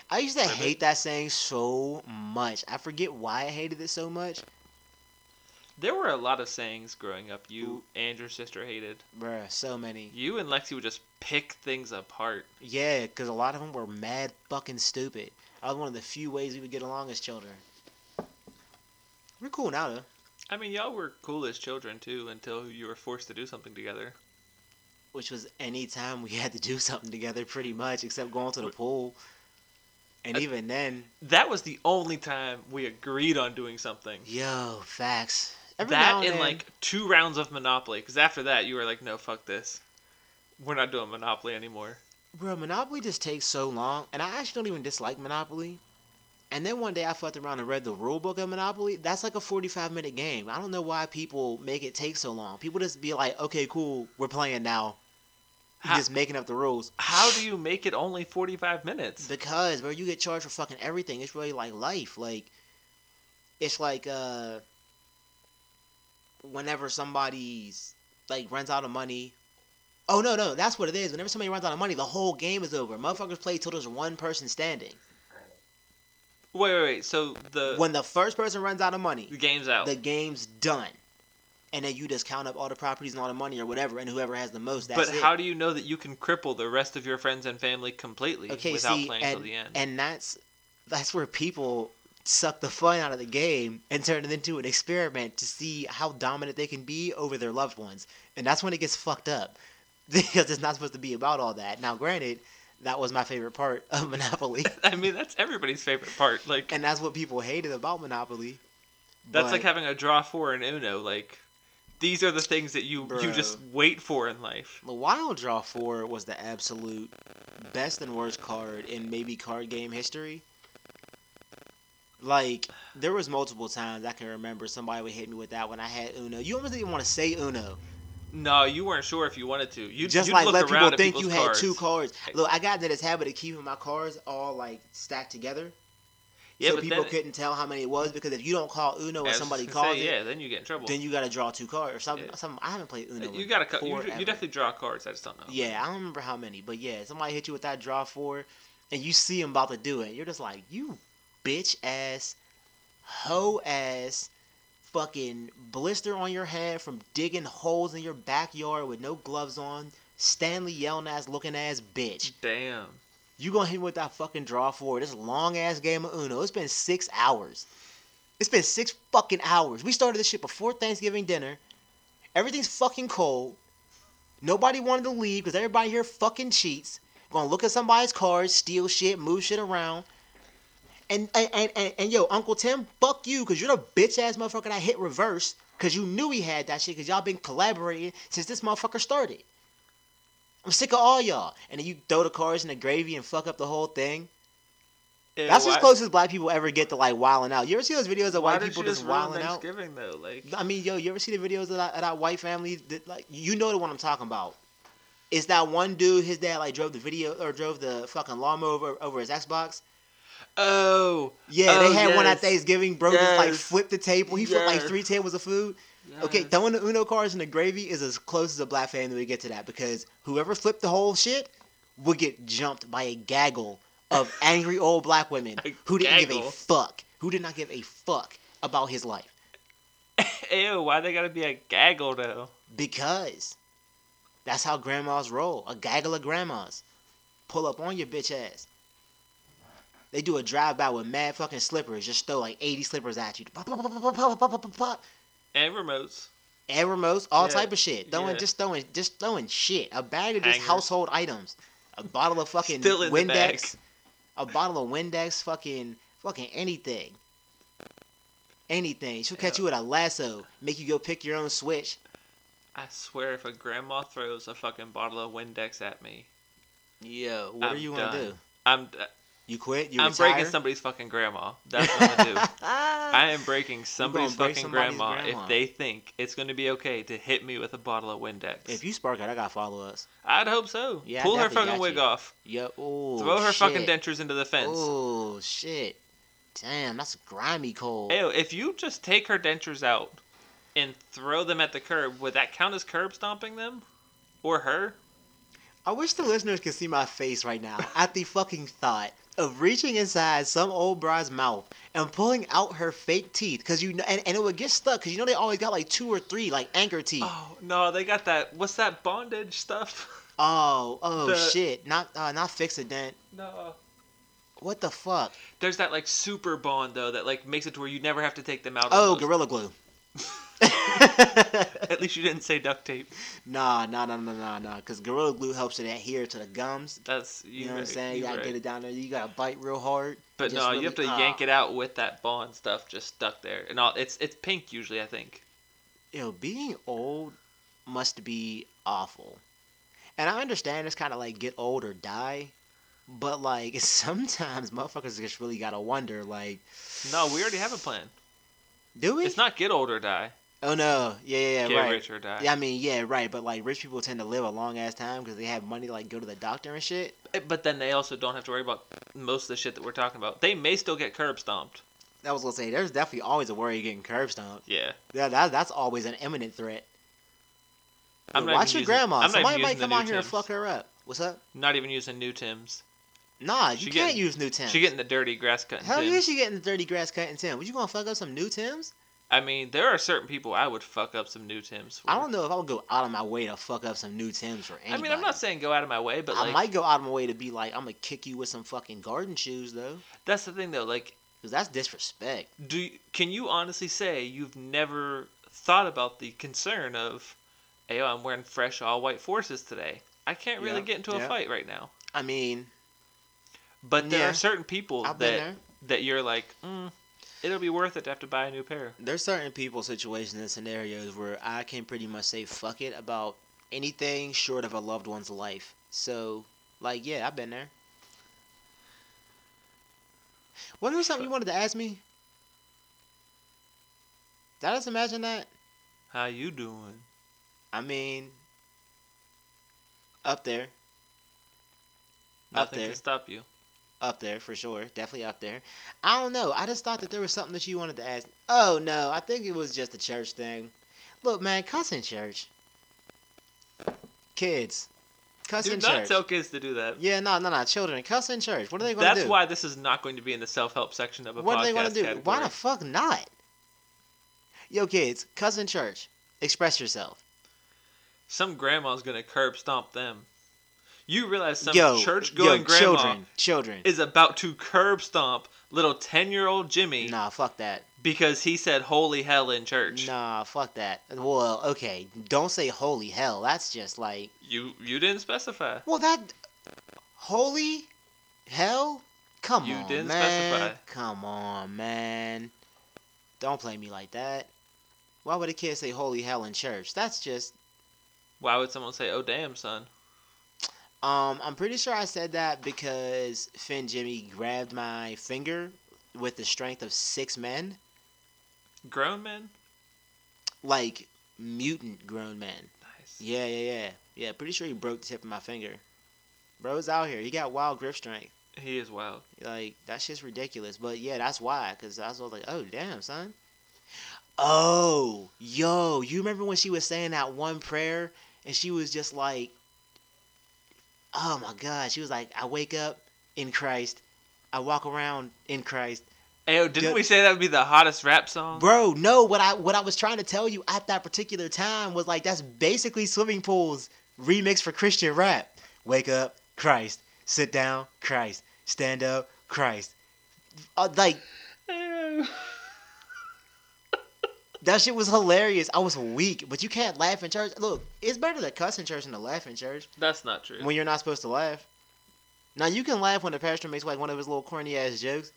Speaker 1: I used to
Speaker 2: Wait a minute.
Speaker 1: hate that saying so much. I forget why I hated it so much,
Speaker 2: There were a lot of sayings growing up you
Speaker 1: Ooh.
Speaker 2: and your sister hated.
Speaker 1: bruh. So many.
Speaker 2: You and Lexi would just pick things apart.
Speaker 1: Yeah, because a lot of them were mad fucking stupid. That was one of the few ways we would get along as children. We're cool now though.
Speaker 2: I mean, y'all were cool as children too until you were forced to do something together.
Speaker 1: Which was any time we [laughs] had to do something together, pretty much, except going to the pool. And
Speaker 2: Uh,
Speaker 1: even then,
Speaker 2: That was the only time we agreed on doing something.
Speaker 1: yo, facts. Every now and
Speaker 2: that in
Speaker 1: then-
Speaker 2: like two rounds of Monopoly, because after that you were like, no, fuck this. We're not doing Monopoly anymore.
Speaker 1: Bro, Monopoly just takes so long, and I actually don't even dislike Monopoly. And then one day I fucked around and read the rule book of Monopoly. That's like a 45 minute game. I don't know why people make it take so long. People just be like, okay, cool, we're playing now. You're
Speaker 2: Ha-
Speaker 1: just making up the rules.
Speaker 2: How do you make it only 45 minutes?
Speaker 1: Because, bro, you get charged for fucking everything. It's really like life. Like, it's like, uh, whenever somebody's, like, runs out of money. Oh, no, no, that's what it is. Whenever somebody runs out of money, the whole game is over. Motherfuckers play till there's one person standing.
Speaker 2: Wait, wait, wait. So the
Speaker 1: When the first person runs out of
Speaker 2: the
Speaker 1: money,
Speaker 2: game's Uh, out.
Speaker 1: the game's done. And then you just count up all the properties and all the money or whatever, and whoever has the most, that's
Speaker 2: but
Speaker 1: it.
Speaker 2: how do you know that you can cripple the rest of your friends and family completely
Speaker 1: okay,
Speaker 2: without
Speaker 1: see,
Speaker 2: playing
Speaker 1: and,
Speaker 2: till the end?
Speaker 1: and that's that's where people suck the fun out of the game and turn it into an experiment to see how dominant they can be over their loved ones, and that's when it gets fucked up [laughs] because it's not supposed to be about all that. Now, granted, that was my favorite part of [laughs] Monopoly,
Speaker 2: [laughs] I mean, that's everybody's favorite part. Like
Speaker 1: and that's what people hated about Monopoly.
Speaker 2: that's
Speaker 1: but-
Speaker 2: like having a draw four in Uno. Like these are the things that you you
Speaker 1: Bruh.
Speaker 2: just wait for in life.
Speaker 1: The Wild Draw 4 was the absolute best and worst card in maybe card game history. Like, there was multiple times I can remember somebody would hit me with that when I had Uno. You almost didn't even want to say Uno.
Speaker 2: No, you weren't sure if you wanted to. You
Speaker 1: Just
Speaker 2: you'd
Speaker 1: like
Speaker 2: look
Speaker 1: let
Speaker 2: around
Speaker 1: people
Speaker 2: at
Speaker 1: think you
Speaker 2: people's
Speaker 1: had
Speaker 2: cards.
Speaker 1: two cards. Look, I got into this habit of keeping my cards all like stacked together.
Speaker 2: Yeah,
Speaker 1: so
Speaker 2: but
Speaker 1: people
Speaker 2: then,
Speaker 1: couldn't tell how many it was because if you don't call Uno
Speaker 2: I
Speaker 1: and
Speaker 2: was
Speaker 1: somebody
Speaker 2: just gonna
Speaker 1: calls
Speaker 2: [laughs] say,
Speaker 1: it,
Speaker 2: yeah, then you get in trouble.
Speaker 1: then you gotta draw two cards or something.
Speaker 2: Yeah.
Speaker 1: Some I haven't played Uno.
Speaker 2: you
Speaker 1: in
Speaker 2: got to you, you
Speaker 1: forever.
Speaker 2: definitely draw cards. I just don't know.
Speaker 1: Yeah, I don't remember how many, but yeah, somebody hit you with that draw four, and you see him about to do it. You're just like, you bitch ass, hoe ass, fucking blister on your hand from digging holes in your backyard with no gloves on, Stanley yelling ass, looking ass bitch.
Speaker 2: Damn.
Speaker 1: You gonna hit me with that fucking draw four? This long ass game of Uno. It's been six hours. It's been six fucking hours. We started this shit before Thanksgiving dinner. Everything's fucking cold. Nobody wanted to leave because everybody here fucking cheats. Gonna look at somebody's cards, steal shit, move shit around. And and, and, and, and yo, Uncle Tim, fuck you, cause you're the bitch ass motherfucker that hit reverse. Cause you knew he had that shit, cause y'all been collaborating since this motherfucker started. I'm sick of all y'all. And then you throw the cards in the gravy and fuck up the whole thing.
Speaker 2: Yeah,
Speaker 1: That's
Speaker 2: why,
Speaker 1: as close as black people ever get to like wilding out. You ever see those videos of
Speaker 2: why
Speaker 1: white
Speaker 2: did
Speaker 1: people
Speaker 2: you
Speaker 1: just,
Speaker 2: just ruin
Speaker 1: wilding out?
Speaker 2: Thanksgiving though? Like
Speaker 1: I mean, yo, you ever see the videos of that, of that white family? That, like, you know the one I'm talking about. It's that one dude. His dad like drove the video or drove the fucking lawnmower over, over his Xbox.
Speaker 2: oh
Speaker 1: Yeah, they
Speaker 2: Oh,
Speaker 1: had one
Speaker 2: yes.
Speaker 1: at Thanksgiving. Bro, just like
Speaker 2: Yes.
Speaker 1: flipped the table. He flipped like
Speaker 2: Yes.
Speaker 1: three tables of food. Okay,
Speaker 2: yes.
Speaker 1: throwing the Uno cards in the gravy is as close as a black family would get to that because whoever flipped the whole shit would get jumped by a gaggle
Speaker 2: [laughs]
Speaker 1: of angry old black women
Speaker 2: A
Speaker 1: who didn't give
Speaker 2: gaggle.
Speaker 1: a fuck, who did not give a fuck about his life.
Speaker 2: [laughs] Ew, why they gotta be a gaggle though?
Speaker 1: Because that's how grandmas roll. A gaggle of grandmas pull up on your bitch ass. They do a drive by with mad fucking slippers, just throw like 80 slippers at you. Pop, pop, pop, pop, pop, pop, pop, pop, pop.
Speaker 2: And remotes.
Speaker 1: and remotes, all
Speaker 2: Yeah,
Speaker 1: type of shit. Throwing
Speaker 2: yeah.
Speaker 1: just throwing just throwing shit. A bag of just
Speaker 2: Hangers.
Speaker 1: household items. A bottle of fucking
Speaker 2: Still in the bag.
Speaker 1: Windex. A bottle of Windex, fucking fucking anything. Anything. She'll catch
Speaker 2: Yeah.
Speaker 1: you with a lasso, make you go pick your own switch.
Speaker 2: I swear, if a grandma throws a fucking bottle of Windex at me,
Speaker 1: Yo, what
Speaker 2: I'm
Speaker 1: are you gonna
Speaker 2: done.
Speaker 1: do?
Speaker 2: I'm
Speaker 1: You quit? You
Speaker 2: I'm
Speaker 1: retire?
Speaker 2: breaking somebody's fucking grandma. That's what I'm
Speaker 1: [laughs]
Speaker 2: gonna do. I am breaking somebody's
Speaker 1: break
Speaker 2: fucking
Speaker 1: somebody's
Speaker 2: grandma,
Speaker 1: grandma.
Speaker 2: if they think it's gonna be okay to hit me with a bottle of Windex.
Speaker 1: If you spark it, I gotta follow us.
Speaker 2: I'd hope so.
Speaker 1: Yeah, I
Speaker 2: Pull her
Speaker 1: definitely
Speaker 2: fucking
Speaker 1: got
Speaker 2: wig
Speaker 1: you.
Speaker 2: off.
Speaker 1: Yo, oh,
Speaker 2: Throw her
Speaker 1: shit.
Speaker 2: fucking dentures into the fence.
Speaker 1: Oh shit! Damn, that's grimy cold.
Speaker 2: Ew, if you just take her dentures out and throw them at the curb, would that count as curb stomping them? Or her?
Speaker 1: I wish the listeners could see my face right now at the fucking thought of reaching inside some old bride's mouth and pulling out her fake teeth because you know, and, and it would get stuck because you know they always got like two or three like anchor teeth. Oh,
Speaker 2: Oh no, they got that. What's that bondage stuff? [laughs]
Speaker 1: oh,
Speaker 2: The-
Speaker 1: shit! Not uh, not fix a dent.
Speaker 2: no.
Speaker 1: What the fuck?
Speaker 2: There's that like super bond though that like makes it to where you never have to take them out.
Speaker 1: Oh,
Speaker 2: almost.
Speaker 1: Gorilla Glue. [laughs]
Speaker 2: [laughs] At least you didn't say duct tape.
Speaker 1: nah, nah, nah, nah, nah, nah. Because Gorilla Glue helps it adhere to the gums.
Speaker 2: That's you,
Speaker 1: You know what I'm
Speaker 2: right,
Speaker 1: saying? You
Speaker 2: you're
Speaker 1: gotta
Speaker 2: right.
Speaker 1: get it down there. You gotta bite real hard.
Speaker 2: But
Speaker 1: Just
Speaker 2: no,
Speaker 1: really-
Speaker 2: you have to
Speaker 1: ah.
Speaker 2: yank it out with that bond stuff just stuck there, and all it's it's pink usually. I think
Speaker 1: Yo, being old must be awful. And I understand it's kind of like get old or die, but like [laughs] sometimes motherfuckers just really gotta wonder, like,
Speaker 2: no, we already have a plan.
Speaker 1: do we?
Speaker 2: It's not get old or die,
Speaker 1: oh no, yeah, yeah,
Speaker 2: get
Speaker 1: yeah, right.
Speaker 2: rich or die.
Speaker 1: Yeah, I mean, yeah, right. But like, rich people tend to live a long ass time because they have money, to, like, go to the doctor and shit.
Speaker 2: Eh, But then they also don't have to worry about most of the shit that we're talking about. They may still get curb stomped.
Speaker 1: I was gonna say, there's definitely always a worry of getting curb stomped.
Speaker 2: Yeah,
Speaker 1: Yeah, that, that's always an imminent threat.
Speaker 2: I'm
Speaker 1: Yo,
Speaker 2: not even
Speaker 1: watch your
Speaker 2: using-
Speaker 1: grandma.
Speaker 2: I'm not even
Speaker 1: Somebody might
Speaker 2: using the
Speaker 1: come out
Speaker 2: new
Speaker 1: here and
Speaker 2: Tims.
Speaker 1: fuck her up. What's up?
Speaker 2: Not even using new Tim's.
Speaker 1: Nah, you
Speaker 2: She
Speaker 1: can't
Speaker 2: getting-
Speaker 1: use new Tims.
Speaker 2: She getting the dirty grass cutting.
Speaker 1: Hell
Speaker 2: Tims.
Speaker 1: yeah, she getting the dirty grass cut in Tim. What you gonna fuck up some new Tims?
Speaker 2: I mean, there are certain people I would fuck up some new Tim's for.
Speaker 1: I don't know if I would go out of my way to fuck up some new Tims for
Speaker 2: I
Speaker 1: anybody.
Speaker 2: mean, I'm not saying go out of my way, but
Speaker 1: I
Speaker 2: like
Speaker 1: might go out of my way to be like, I'm gonna kick you with some fucking garden shoes though,
Speaker 2: that's the thing though. Like,
Speaker 1: because that's disrespect.
Speaker 2: do you- can you honestly say you've never thought about the concern of, hey, oh, I'm wearing fresh all white forces today. I can't really
Speaker 1: Yeah,
Speaker 2: get into
Speaker 1: yeah.
Speaker 2: a fight right now.
Speaker 1: I mean,
Speaker 2: But there
Speaker 1: Yeah.
Speaker 2: are certain people
Speaker 1: I've been
Speaker 2: that
Speaker 1: there.
Speaker 2: that you're like, mm, it'll be worth it to have to buy a new pair.
Speaker 1: There's certain people, situations, and scenarios where I can pretty much say fuck it about anything short of a loved one's life. So, like, yeah, I've been there. Wasn't there something you wanted to ask me? Did I just imagine that?
Speaker 2: How you doing?
Speaker 1: I mean, up there, Up
Speaker 2: Nothing
Speaker 1: there.
Speaker 2: can stop you.
Speaker 1: up there for sure, definitely up there. I don't know. I just thought that there was something that you wanted to ask. Oh no, I think it was just a church thing. Look, man, cuss in church. Kids, cuss
Speaker 2: Do
Speaker 1: in
Speaker 2: not
Speaker 1: church.
Speaker 2: tell kids to do that.
Speaker 1: yeah, no, no, no, children, cuss in church. What are they gonna
Speaker 2: That's
Speaker 1: do?
Speaker 2: why this is not going to be in the self help section of a
Speaker 1: what
Speaker 2: podcast.
Speaker 1: are they gonna do?
Speaker 2: Category.
Speaker 1: Why the fuck not? Yo, kids, cuss in church. Express yourself.
Speaker 2: some grandma's gonna curb stomp them. You realize some
Speaker 1: yo,
Speaker 2: church going
Speaker 1: yo,
Speaker 2: grandma
Speaker 1: children, children.
Speaker 2: is about to curb stomp little ten year old Jimmy
Speaker 1: Nah, fuck that.
Speaker 2: because he said holy hell in church.
Speaker 1: Nah, fuck that. Well, okay, don't say holy hell. That's just like
Speaker 2: You you didn't specify.
Speaker 1: well that holy hell. Come
Speaker 2: You
Speaker 1: on,
Speaker 2: didn't
Speaker 1: man.
Speaker 2: specify.
Speaker 1: Come on, man. Don't play me like that. Why would a kid say holy hell in church? That's just
Speaker 2: Why would someone say, Oh damn son?
Speaker 1: um I'm pretty sure I said that because Finn Jimmy grabbed my finger with the strength of six men,
Speaker 2: Grown men?
Speaker 1: like mutant grown men.
Speaker 2: Nice.
Speaker 1: Yeah, yeah, yeah. Yeah, pretty sure he broke the tip of my finger. Bro's out here. He got wild grip strength.
Speaker 2: He is wild.
Speaker 1: Like, that shit's ridiculous. But yeah, that's why. Because I was like, oh, damn, son. Oh, yo, you remember when she was saying that one prayer and she was just like, oh my God. She was like, I wake up in Christ. I walk around in Christ.
Speaker 2: Ayo, didn't
Speaker 1: Yeah.
Speaker 2: we say that would be the hottest rap song?
Speaker 1: Bro, no, what I what I was trying to tell you at that particular time was like that's basically swimming pools remix for Christian rap. Wake up, Christ. Sit down, Christ. Stand up, Christ. Uh, like
Speaker 2: Ayo.
Speaker 1: that shit was hilarious. I was weak, but you can't laugh in church. Look, it's better to cuss in church than to laugh in church
Speaker 2: That's not true.
Speaker 1: when you're not supposed to laugh. Now you can laugh when the pastor makes like one of his little corny ass jokes,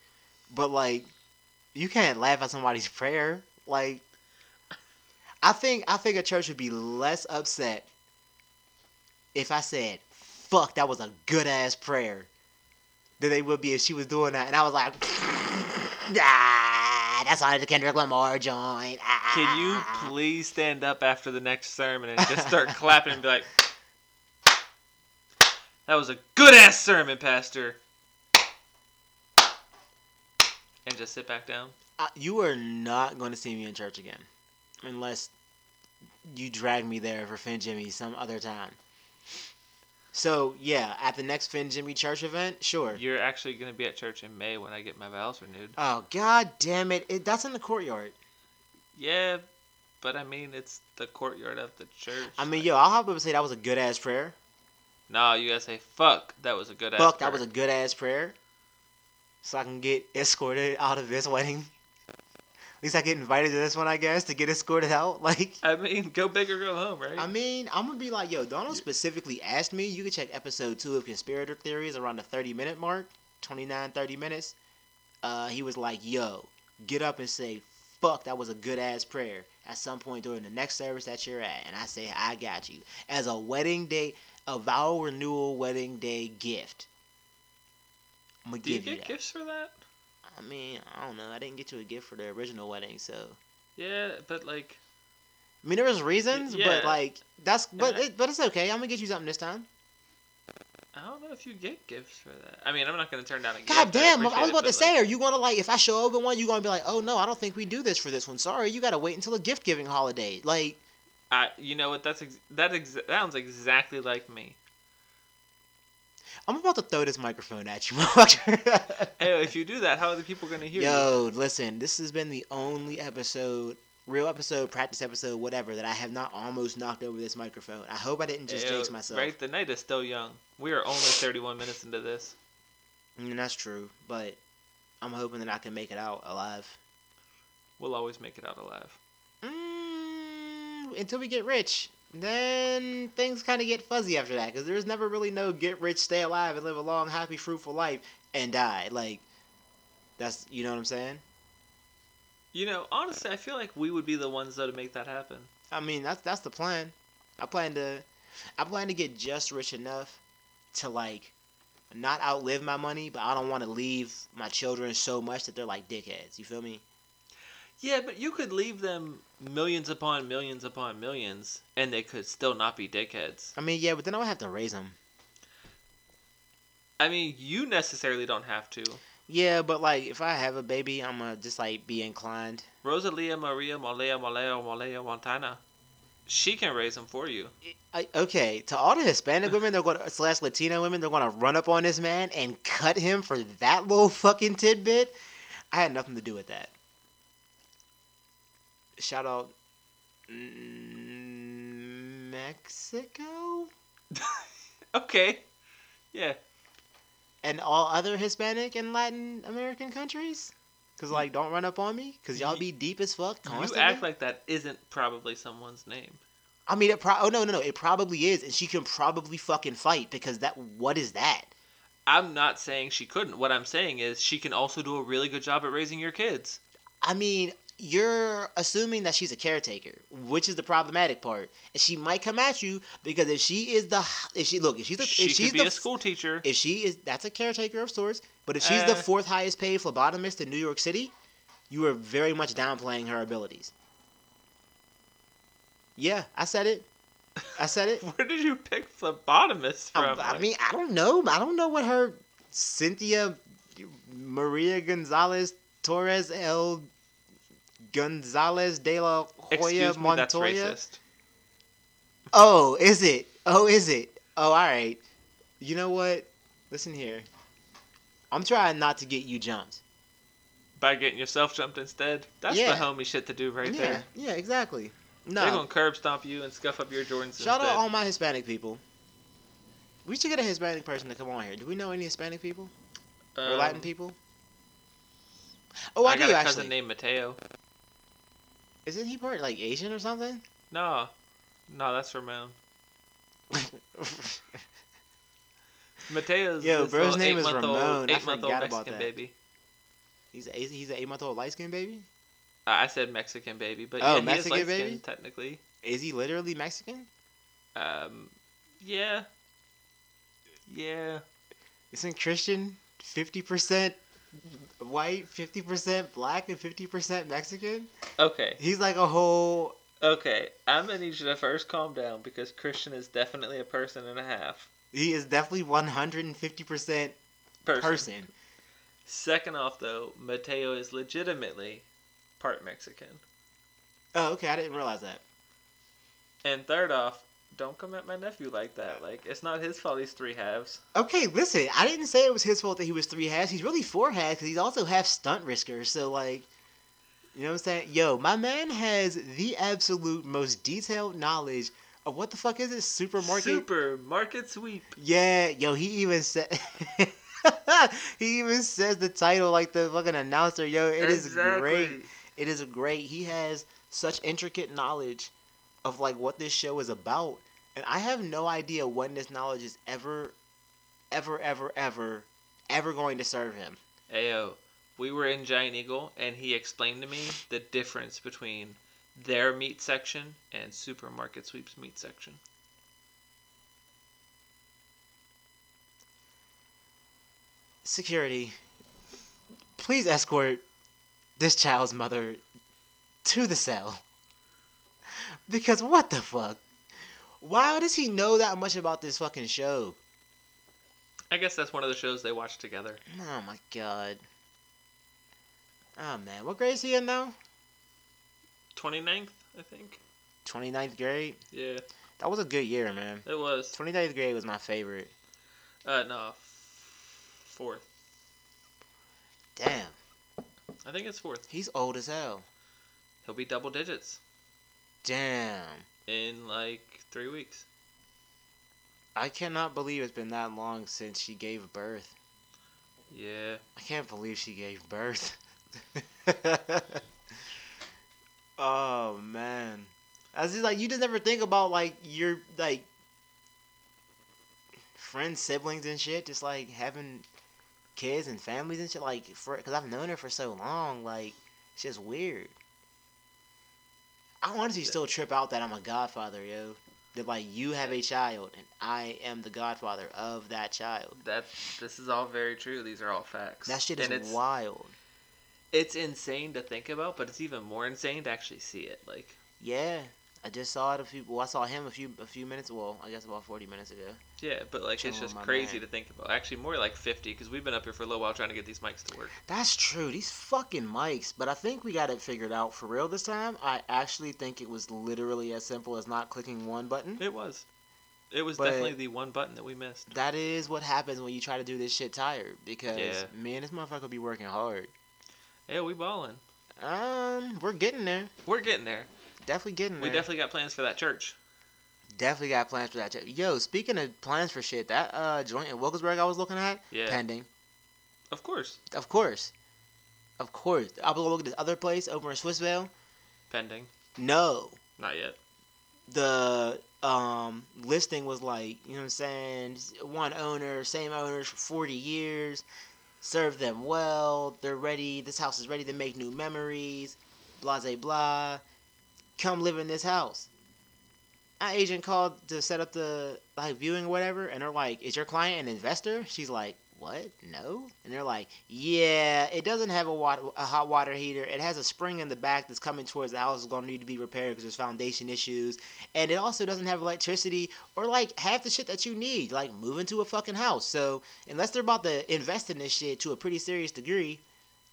Speaker 1: but like you can't laugh at somebody's prayer. Like I think I think a church would be less upset if I said, "Fuck, that was a good ass prayer," than they would be if she was doing that, and I was like, [laughs] "Ah, that's on the Kendrick Lamar joint." Ah."
Speaker 2: Can you please stand up after the next sermon and just
Speaker 1: [laughs]
Speaker 2: start clapping and be like, "That was a good ass sermon, Pastor," and just sit back down?
Speaker 1: I, you are not going to see me in church again, unless you drag me there for Finn Jimmy some other time. So yeah, at the next Finn Jimmy church event, sure.
Speaker 2: You're actually gonna be at church in May when I get my vows renewed.
Speaker 1: Oh god damn it. it! That's in the courtyard.
Speaker 2: Yeah, but I mean, it's the courtyard of the church.
Speaker 1: I mean, yo, I'll hop up and say that was a good ass prayer.
Speaker 2: no, you gotta say, "Fuck, that was a good ass."
Speaker 1: Fuck, that
Speaker 2: prayer."
Speaker 1: was a good ass prayer. so I can get escorted out of this wedding. At least I get invited to this one, I guess, to get escorted out. [laughs] Like,
Speaker 2: I mean, go big or go home, right?
Speaker 1: I mean, I'm gonna be like, yo, Donald specifically asked me. You can check episode two of Conspirator Theories around the 30 minute mark, 29, 30 minutes. Uh, he was like, yo, get up and say, fuck, that was a good ass prayer at some point during the next service that you're at. And I say, I got you. As a wedding day, a vow renewal wedding day gift. I'm gonna
Speaker 2: Do you
Speaker 1: give you,
Speaker 2: get
Speaker 1: that.
Speaker 2: gifts for that?
Speaker 1: I mean, I don't know. I didn't get you a gift for the original wedding, so.
Speaker 2: Yeah, but like,
Speaker 1: I mean, there was reasons, but
Speaker 2: yeah.
Speaker 1: like that's but
Speaker 2: I-
Speaker 1: it, but it's okay. I'm gonna get you something this time.
Speaker 2: I don't know if you get gifts for that. I mean, I'm not gonna turn down a gift.
Speaker 1: God damn! I
Speaker 2: appreciate
Speaker 1: was
Speaker 2: it,
Speaker 1: about to
Speaker 2: but,
Speaker 1: say,
Speaker 2: like,
Speaker 1: are you gonna like if I show up in one, you gonna be like, oh no, I don't think we do this for this one. Sorry, you gotta wait until a gift giving holiday. Like,
Speaker 2: I, you know what? That's ex- that ex- sounds exactly like me.
Speaker 1: I'm about to throw this microphone at you, [laughs] motherfucker.
Speaker 2: Hey, if you do that, how are the people gonna hear you?
Speaker 1: Yo, listen, this has been the only episode, real episode, practice episode, whatever, that I have not almost knocked over this microphone. I hope I didn't just
Speaker 2: Ayo,
Speaker 1: jinx myself.
Speaker 2: Right, the night is still young. We are only 31 minutes into this.
Speaker 1: I mean, Mm, that's true, but I'm hoping that I can make it out alive.
Speaker 2: We'll always make it out alive.
Speaker 1: Mm, until we get rich. Then things kind of get fuzzy after that because there's never really no get rich, stay alive, and live a long, happy, fruitful life and die. Like, that's, you know what I'm saying?
Speaker 2: You know, honestly, I feel like we would be the ones though to make that happen.
Speaker 1: I mean, that's that's the plan. I plan to, I plan to get just rich enough to like, not outlive my money, but I don't want to leave my children so much that they're like dickheads. You feel me?
Speaker 2: Yeah, but you could leave them millions upon millions upon millions, and they could still not be dickheads.
Speaker 1: I mean, yeah, but then I would have to raise them.
Speaker 2: I mean, you necessarily don't have to.
Speaker 1: Yeah, but like, if I have a baby, I'm gonna just like be inclined.
Speaker 2: Rosalia Maria Malaya Malaya Malaya Montana, she can raise them for you. [laughs]
Speaker 1: I, okay, to all the Hispanic women, they're going to, slash Latino women, they're going to run up on this man and cut him for that little fucking tidbit. I had nothing to do with that. Shout out mm, Mexico
Speaker 2: Okay. Yeah.
Speaker 1: and all other Hispanic and Latin American countries. Cause like, don't run up on me, cause y'all be deep as fuck constantly.
Speaker 2: You act like that isn't probably someone's name.
Speaker 1: I mean, it pro- oh no no no, it probably is, and she can probably fucking fight because that what is that?
Speaker 2: I'm not saying she couldn't. What I'm saying is she can also do a really good job at raising your kids.
Speaker 1: I mean, you're assuming that she's a caretaker, which is the problematic part. And she might come at you because if she is the if she look if she's the,
Speaker 2: She
Speaker 1: if she's
Speaker 2: could be
Speaker 1: the
Speaker 2: a school teacher. [laughs]
Speaker 1: if she is that's a caretaker of sorts. But if she's the
Speaker 2: Uh.
Speaker 1: fourth highest paid phlebotomist in New York City, you are very much downplaying her abilities. Yeah, I said it. I said it.
Speaker 2: Where did you pick phlebotomist
Speaker 1: I,
Speaker 2: from?
Speaker 1: I mean, I don't know. I don't know what her Cynthia Maria Gonzalez Torres El Gonzalez de la Hoya
Speaker 2: excuse me, that's
Speaker 1: Montoya.
Speaker 2: racist.
Speaker 1: Oh, is it? Oh, is it? Oh, all right. You know what? Listen here. I'm trying not to get you jumped.
Speaker 2: By getting yourself jumped instead. That's
Speaker 1: Yeah.
Speaker 2: the homie shit to do right
Speaker 1: yeah,
Speaker 2: there.
Speaker 1: yeah, exactly.
Speaker 2: They're
Speaker 1: No,
Speaker 2: gonna curb stomp you and scuff up your Jordans
Speaker 1: shout
Speaker 2: instead.
Speaker 1: out all my Hispanic people. We should get a Hispanic person to come on here. Do we know any Hispanic people or
Speaker 2: Um,
Speaker 1: Latin people? Oh, I,
Speaker 2: I
Speaker 1: do
Speaker 2: got a cousin
Speaker 1: actually.
Speaker 2: named Mateo.
Speaker 1: Isn't he part like Asian or something? [laughs]
Speaker 2: No, no, that's Ramon. Mateo's
Speaker 1: Yo,
Speaker 2: this
Speaker 1: bro's
Speaker 2: little
Speaker 1: name is
Speaker 2: eight-month-old-
Speaker 1: Ramon. I
Speaker 2: Eight-month-old
Speaker 1: forgot about
Speaker 2: Mexican
Speaker 1: that.
Speaker 2: baby.
Speaker 1: he's a, he's an eight month old light skinned baby.
Speaker 2: I I said Mexican baby, but
Speaker 1: Oh,
Speaker 2: yeah,
Speaker 1: Mexican
Speaker 2: he is light
Speaker 1: baby?
Speaker 2: skinned technically.
Speaker 1: Is he literally Mexican?
Speaker 2: Um, yeah, yeah.
Speaker 1: Isn't Christian fifty percent white, fifty percent black, and fifty percent Mexican?
Speaker 2: Okay,
Speaker 1: He's like a whole.
Speaker 2: okay. I'm gonna need you to first calm down because Christian is definitely a person and a half.
Speaker 1: He is definitely one hundred and fifty percent
Speaker 2: Person.
Speaker 1: person.
Speaker 2: Second off, though, Mateo is legitimately part Mexican.
Speaker 1: Oh, okay. I didn't realize that.
Speaker 2: And third off, don't come at my nephew like that. Like it's not his fault. He's three halves.
Speaker 1: Okay, listen. I didn't say it was his fault that he was three halves. He's really four halves because he's also half stunt risker. So like, you know what I'm saying? Yo, my man has the absolute most detailed knowledge of what the fuck is this supermarket?
Speaker 2: Supermarket sweep.
Speaker 1: Yeah, yo, he even said. [laughs] he even says the title like the fucking announcer. Yo, it is great. It is great. He has such intricate knowledge of like what this show is about, and I have no idea when this knowledge is ever, ever, ever, ever, ever going to serve him.
Speaker 2: Ayo, we were in Giant Eagle, and he explained to me the difference between their meat section and Supermarket Sweep's meat section.
Speaker 1: Security, please escort this child's mother to the cell. Because what the fuck? Why does he know that much about this fucking show?
Speaker 2: I guess that's one of the shows they watch together.
Speaker 1: Oh my god. Oh man, what grade is he in now?
Speaker 2: 29th, I think.
Speaker 1: 29th grade?
Speaker 2: Yeah,
Speaker 1: That was a good year, man.
Speaker 2: it was.
Speaker 1: 29th grade was my favorite.
Speaker 2: Uh, no, fourth.
Speaker 1: Damn,
Speaker 2: I think it's fourth.
Speaker 1: he's old as hell.
Speaker 2: He'll be double digits
Speaker 1: Damn.
Speaker 2: in like three weeks.
Speaker 1: I cannot believe it's been that long since she gave birth.
Speaker 2: Yeah.
Speaker 1: I can't believe she gave birth. [laughs] oh man, I was just like, you just never think about like your like friends, siblings, and shit. Just like having kids and families and shit. Like, for because I've known her for so long, like it's just weird. I honestly still trip out that I'm a godfather, yo. That like you have a child and I am the godfather of that child.
Speaker 2: That this is all very true. These are all facts.
Speaker 1: That shit
Speaker 2: and
Speaker 1: is
Speaker 2: it's,
Speaker 1: wild.
Speaker 2: It's insane to think about, but it's even more insane to actually see it. Like,
Speaker 1: Yeah, I just saw it a few. Well, I saw him a few a few minutes. Well, I guess about forty minutes ago.
Speaker 2: yeah, but like it's
Speaker 1: Chilling
Speaker 2: just
Speaker 1: with Oh, my
Speaker 2: crazy
Speaker 1: man.
Speaker 2: to think about. Actually, more like fifty because we've been up here for a little while trying to get these mics to work.
Speaker 1: That's true. These fucking mics. But I think we got it figured out for real this time. I actually think it was literally as simple as not clicking one button.
Speaker 2: It was. It was
Speaker 1: But-
Speaker 2: definitely the one button that we missed.
Speaker 1: That is what happens when you try to do this shit tired. Because
Speaker 2: Yeah.
Speaker 1: me and this motherfucker be working hard.
Speaker 2: Yeah, we balling.
Speaker 1: Um, we're getting there.
Speaker 2: We're getting there.
Speaker 1: Definitely getting
Speaker 2: We
Speaker 1: there.
Speaker 2: definitely got plans for that church.
Speaker 1: definitely got plans for that. shit. Yo, speaking of plans for shit, that uh joint in Wilkesburg I was looking at,
Speaker 2: Yeah,
Speaker 1: pending.
Speaker 2: of course.
Speaker 1: Of course. Of course. I was looking at this other place over in Swissvale.
Speaker 2: Pending.
Speaker 1: No.
Speaker 2: Not yet.
Speaker 1: The um, listing was like, you know what I'm saying? One owner, same owners for 40 years. Serve them well. They're ready. This house is ready to make new memories. Blah, blah, blah. Come live in this house. Our agent called to set up the like viewing or whatever, and they're like, "Is your client an investor?" She's like, "What? No." And they're like, "Yeah, it doesn't have a, water, a hot water heater. It has a spring in the back that's coming towards the house. It's gonna need to be repaired because there's foundation issues, and it also doesn't have electricity or like half the shit that you need, like moving to a fucking house. So unless they're about to invest in this shit to a pretty serious degree,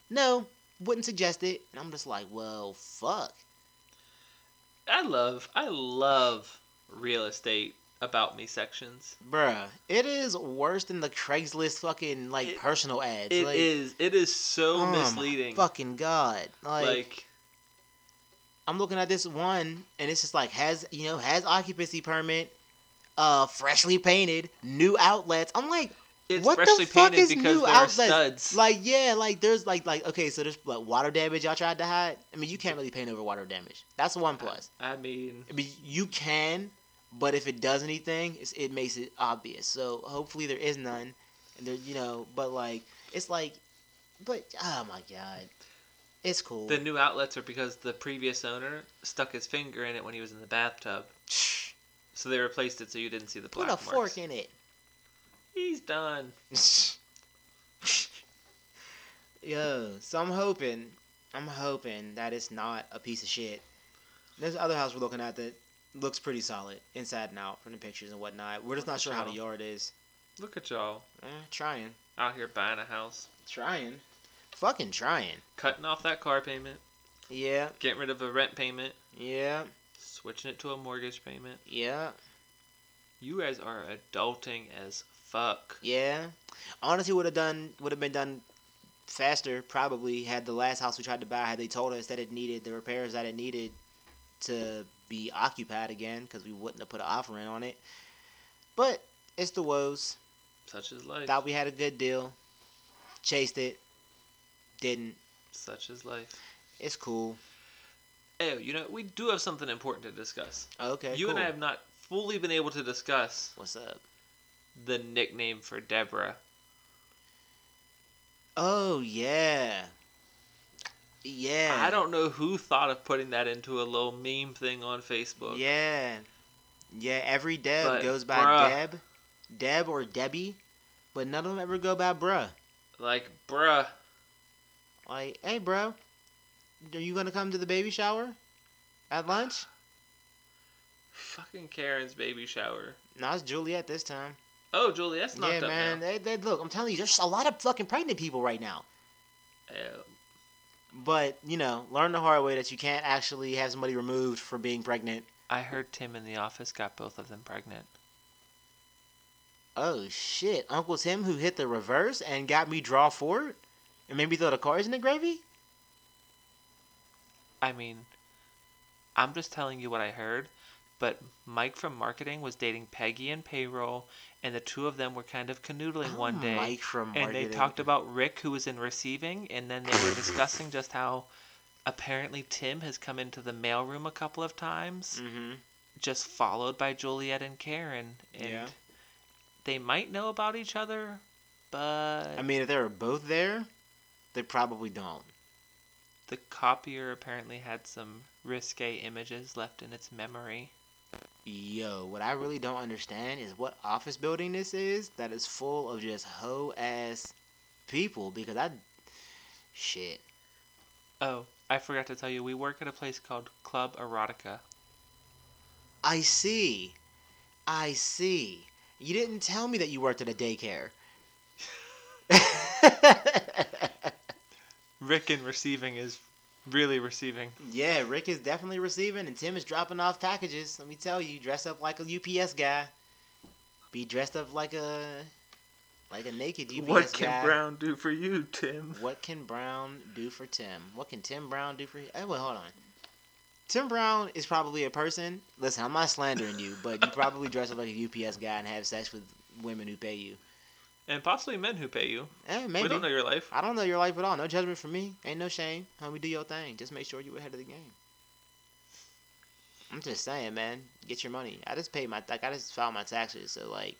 Speaker 1: no, wouldn't suggest it." And I'm just like, "Well, fuck."
Speaker 2: I love. I love real estate about me sections.
Speaker 1: Bruh, it is worse than the Craigslist fucking like
Speaker 2: It-
Speaker 1: personal ads.
Speaker 2: It is.
Speaker 1: like,
Speaker 2: It is so
Speaker 1: oh my
Speaker 2: misleading.
Speaker 1: Fucking god! Like,
Speaker 2: like
Speaker 1: I'm looking at this one, and it's just like has you know has occupancy permit, uh, freshly painted, new outlets. I'm like,
Speaker 2: it's
Speaker 1: what the
Speaker 2: freshly
Speaker 1: fuck
Speaker 2: painted
Speaker 1: is
Speaker 2: because
Speaker 1: new
Speaker 2: there
Speaker 1: outlets?
Speaker 2: are studs.
Speaker 1: like yeah, like there's like like okay, so there's like water damage y'all tried to hide. I mean, you can't really paint over water damage. That's one plus.
Speaker 2: I mean,
Speaker 1: I mean, you can, but if it does anything, it's, it makes it obvious. So hopefully there is none, and there, you know. But like, it's like, but oh my god, it's cool.
Speaker 2: the new outlets are because the previous owner stuck his finger in it when he was in the bathtub, so they replaced it so you didn't see the
Speaker 1: Put
Speaker 2: black
Speaker 1: a
Speaker 2: marks.
Speaker 1: fork in it.
Speaker 2: He's done.
Speaker 1: Yo, so I'm hoping, I'm hoping that it's not a piece of shit. There's other house we're looking at that looks pretty solid inside and out from the pictures and whatnot. We're just not sure how the yard is.
Speaker 2: Look at y'all
Speaker 1: Eh, trying,
Speaker 2: out here buying a house,
Speaker 1: trying, fucking trying.
Speaker 2: cutting off that car payment,
Speaker 1: Yeah,
Speaker 2: getting rid of a rent payment,
Speaker 1: yeah,
Speaker 2: switching it to a mortgage payment.
Speaker 1: yeah,
Speaker 2: You guys are adulting as fuck.
Speaker 1: yeah. Honestly, would have done would have been done faster probably had the last house we tried to buy had they told us that it needed the repairs that it needed to be occupied again because we wouldn't have put an offer in on it. But it's the woes.
Speaker 2: Such is life.
Speaker 1: Thought we had a good deal. Chased it. Didn't.
Speaker 2: Such is life.
Speaker 1: It's cool.
Speaker 2: Oh, you know, we do have something important to discuss.
Speaker 1: Okay.
Speaker 2: you and I
Speaker 1: cool.
Speaker 2: have not fully been able to discuss
Speaker 1: What's up?
Speaker 2: the nickname for Deborah.
Speaker 1: Oh yeah. Yeah.
Speaker 2: I don't know who thought of putting that into a little meme thing on Facebook.
Speaker 1: Yeah. Yeah, every Deb
Speaker 2: But,
Speaker 1: goes by
Speaker 2: bruh.
Speaker 1: Deb, Deb or Debbie, but none of them ever go by bruh.
Speaker 2: Like, bruh,
Speaker 1: Like, hey, bro, are you gonna come to the baby shower at lunch?
Speaker 2: fucking Karen's baby shower.
Speaker 1: No, it's Juliet this time.
Speaker 2: Oh, Julie, that's knocked
Speaker 1: yeah,
Speaker 2: up
Speaker 1: man.
Speaker 2: now.
Speaker 1: They, they, look, I'm telling you, there's a lot of fucking pregnant people right now.
Speaker 2: Oh,
Speaker 1: But you know, learn the hard way that you can't actually have somebody removed for being pregnant.
Speaker 2: I heard Tim in the office got both of them pregnant.
Speaker 1: Oh shit, Uncle Tim who hit the reverse and got me draw forward, and made me throw the cars in the gravy.
Speaker 2: I mean, I'm just telling you what I heard, but Mike from marketing was dating Peggy in payroll, and the two of them were kind of canoodling
Speaker 1: Oh,
Speaker 2: one day.
Speaker 1: Mike from
Speaker 2: and they
Speaker 1: marketing.
Speaker 2: talked about Rick, who was in receiving, and then they were discussing just how apparently Tim has come into the mailroom a couple of times,
Speaker 1: Mhm.
Speaker 2: just followed by Juliet and Karen. And
Speaker 1: Yeah.
Speaker 2: they might know about each other, but
Speaker 1: I mean, if they were both there, they probably don't.
Speaker 2: the copier apparently had some risque images left in its memory.
Speaker 1: Yo, what I really don't understand is what office building this is that is full of just hoe ass people because I. Shit.
Speaker 2: Oh, I forgot to tell you, we work at a place called Club Erotica.
Speaker 1: I see. I see. You didn't tell me that you worked at a daycare. [laughs]
Speaker 2: Rick in receiving is really receiving.
Speaker 1: yeah, Rick is definitely receiving and Tim is dropping off packages. Let me tell you, dress up like a UPS guy. Be dressed up like a like a naked UPS guy.
Speaker 2: Brown do for you, Tim?
Speaker 1: What can Brown do for Tim? What can Tim Brown do for you? Hey, wait, hold on. Tim Brown is probably a person. Listen, I'm not slandering you, but you probably dress up like a UPS guy and have sex with women who pay you.
Speaker 2: And possibly men who pay you.
Speaker 1: Eh, maybe.
Speaker 2: We don't know your life.
Speaker 1: I don't know your life at all. No judgment from me. Ain't no shame. Homie, do your thing. Just make sure you ahead of the game. I'm just saying, man. Get your money. I just paid my. Like, I just filed my taxes, so like.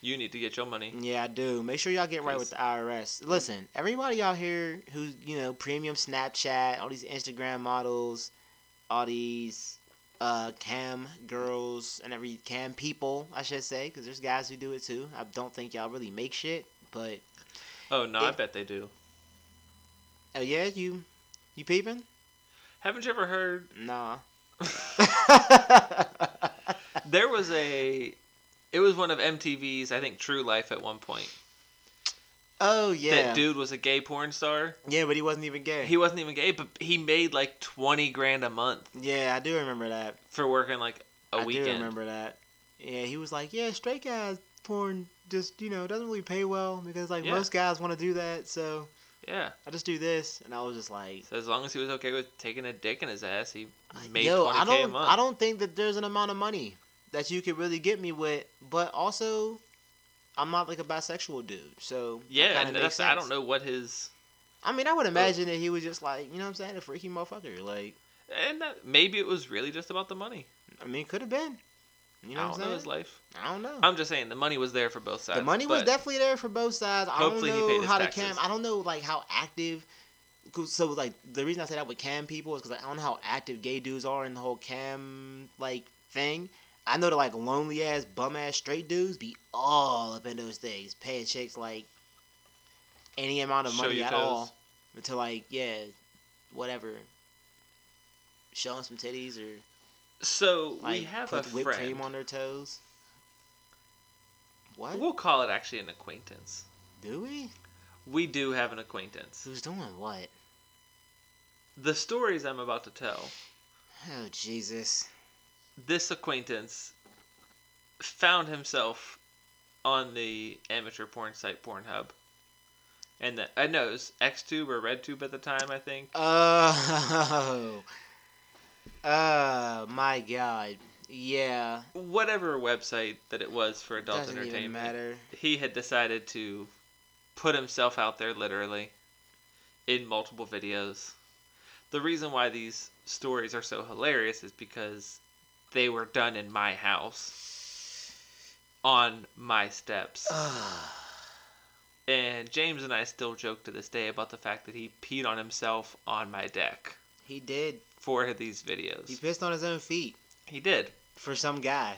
Speaker 2: You need to get your money.
Speaker 1: Yeah, I do. Make sure y'all get right with the IRS. Listen, everybody out here who you know premium Snapchat, all these Instagram models, all these uh, cam girls and every cam people, I should say, because there's guys who do it too. I don't think y'all really make shit, but
Speaker 2: Oh no, I
Speaker 1: If-
Speaker 2: bet they do.
Speaker 1: oh yeah, you you peeping?
Speaker 2: Haven't you ever heard?
Speaker 1: Nah.
Speaker 2: There was a. It was one of MTV's, I think, True Life at one point.
Speaker 1: [laughs] oh yeah,
Speaker 2: That dude was a gay porn star.
Speaker 1: yeah, but he wasn't even gay.
Speaker 2: He wasn't even gay, but he made like twenty grand a month
Speaker 1: yeah, I do remember that.
Speaker 2: for working like a
Speaker 1: I
Speaker 2: weekend.
Speaker 1: do remember that. Yeah, he was like, yeah, straight guys porn just you know doesn't really pay well because like
Speaker 2: Yeah.
Speaker 1: most guys want to do that, so
Speaker 2: Yeah.
Speaker 1: I just do this, and I was just like,
Speaker 2: So as long as he was okay with taking a dick in his ass, he made
Speaker 1: yo,
Speaker 2: twenty
Speaker 1: I
Speaker 2: k a
Speaker 1: don't,
Speaker 2: month.
Speaker 1: I don't think that there's an amount of money that you could really get me with, but also, I'm not like a bisexual dude, so that
Speaker 2: Yeah,
Speaker 1: kinda
Speaker 2: and
Speaker 1: makes
Speaker 2: that's, I don't
Speaker 1: sense.
Speaker 2: know what his.
Speaker 1: I mean, I would imagine that he was just like, you know, what I'm saying, a freaky motherfucker. Like,
Speaker 2: And that, maybe it was really just about the money.
Speaker 1: I mean, could have been. You know
Speaker 2: I
Speaker 1: what
Speaker 2: don't
Speaker 1: I'm
Speaker 2: know
Speaker 1: saying?
Speaker 2: his life.
Speaker 1: I don't know.
Speaker 2: I'm just saying the money was there for both sides.
Speaker 1: The money was
Speaker 2: but-
Speaker 1: definitely there for both sides. I don't
Speaker 2: Hopefully he paid
Speaker 1: know
Speaker 2: his
Speaker 1: how the
Speaker 2: taxes.
Speaker 1: cam. I don't know like how active. 'cause- So like the reason I say that with cam people is because I don't know how active gay dudes are in the whole cam like thing. I know that like lonely ass bum ass straight dudes be all up in those things, paying chicks like any amount of
Speaker 2: Show
Speaker 1: money
Speaker 2: your
Speaker 1: at
Speaker 2: toes.
Speaker 1: all to like yeah, whatever. Show 'em some titties or
Speaker 2: So
Speaker 1: like
Speaker 2: we have a
Speaker 1: put whipped
Speaker 2: friend.
Speaker 1: cream on their toes. What
Speaker 2: We'll call it actually an acquaintance.
Speaker 1: do we?
Speaker 2: We do have an acquaintance.
Speaker 1: Who's doing what?
Speaker 2: The stories I'm about to tell,
Speaker 1: Oh Jesus!
Speaker 2: this acquaintance found himself on the amateur porn site Pornhub. And the, I know it was XTube or RedTube at the time, I think.
Speaker 1: Oh, oh my God! Yeah,
Speaker 2: Whatever website that it was for adult
Speaker 1: doesn't
Speaker 2: entertainment.
Speaker 1: even matter.
Speaker 2: He had decided to put himself out there literally in multiple videos. The reason why these stories are so hilarious is because they were done in my house on my steps. and James and I still joke to this day about the fact that he peed on himself on my deck
Speaker 1: he did.
Speaker 2: for these videos.
Speaker 1: He pissed on his own feet
Speaker 2: he did.
Speaker 1: for some guy.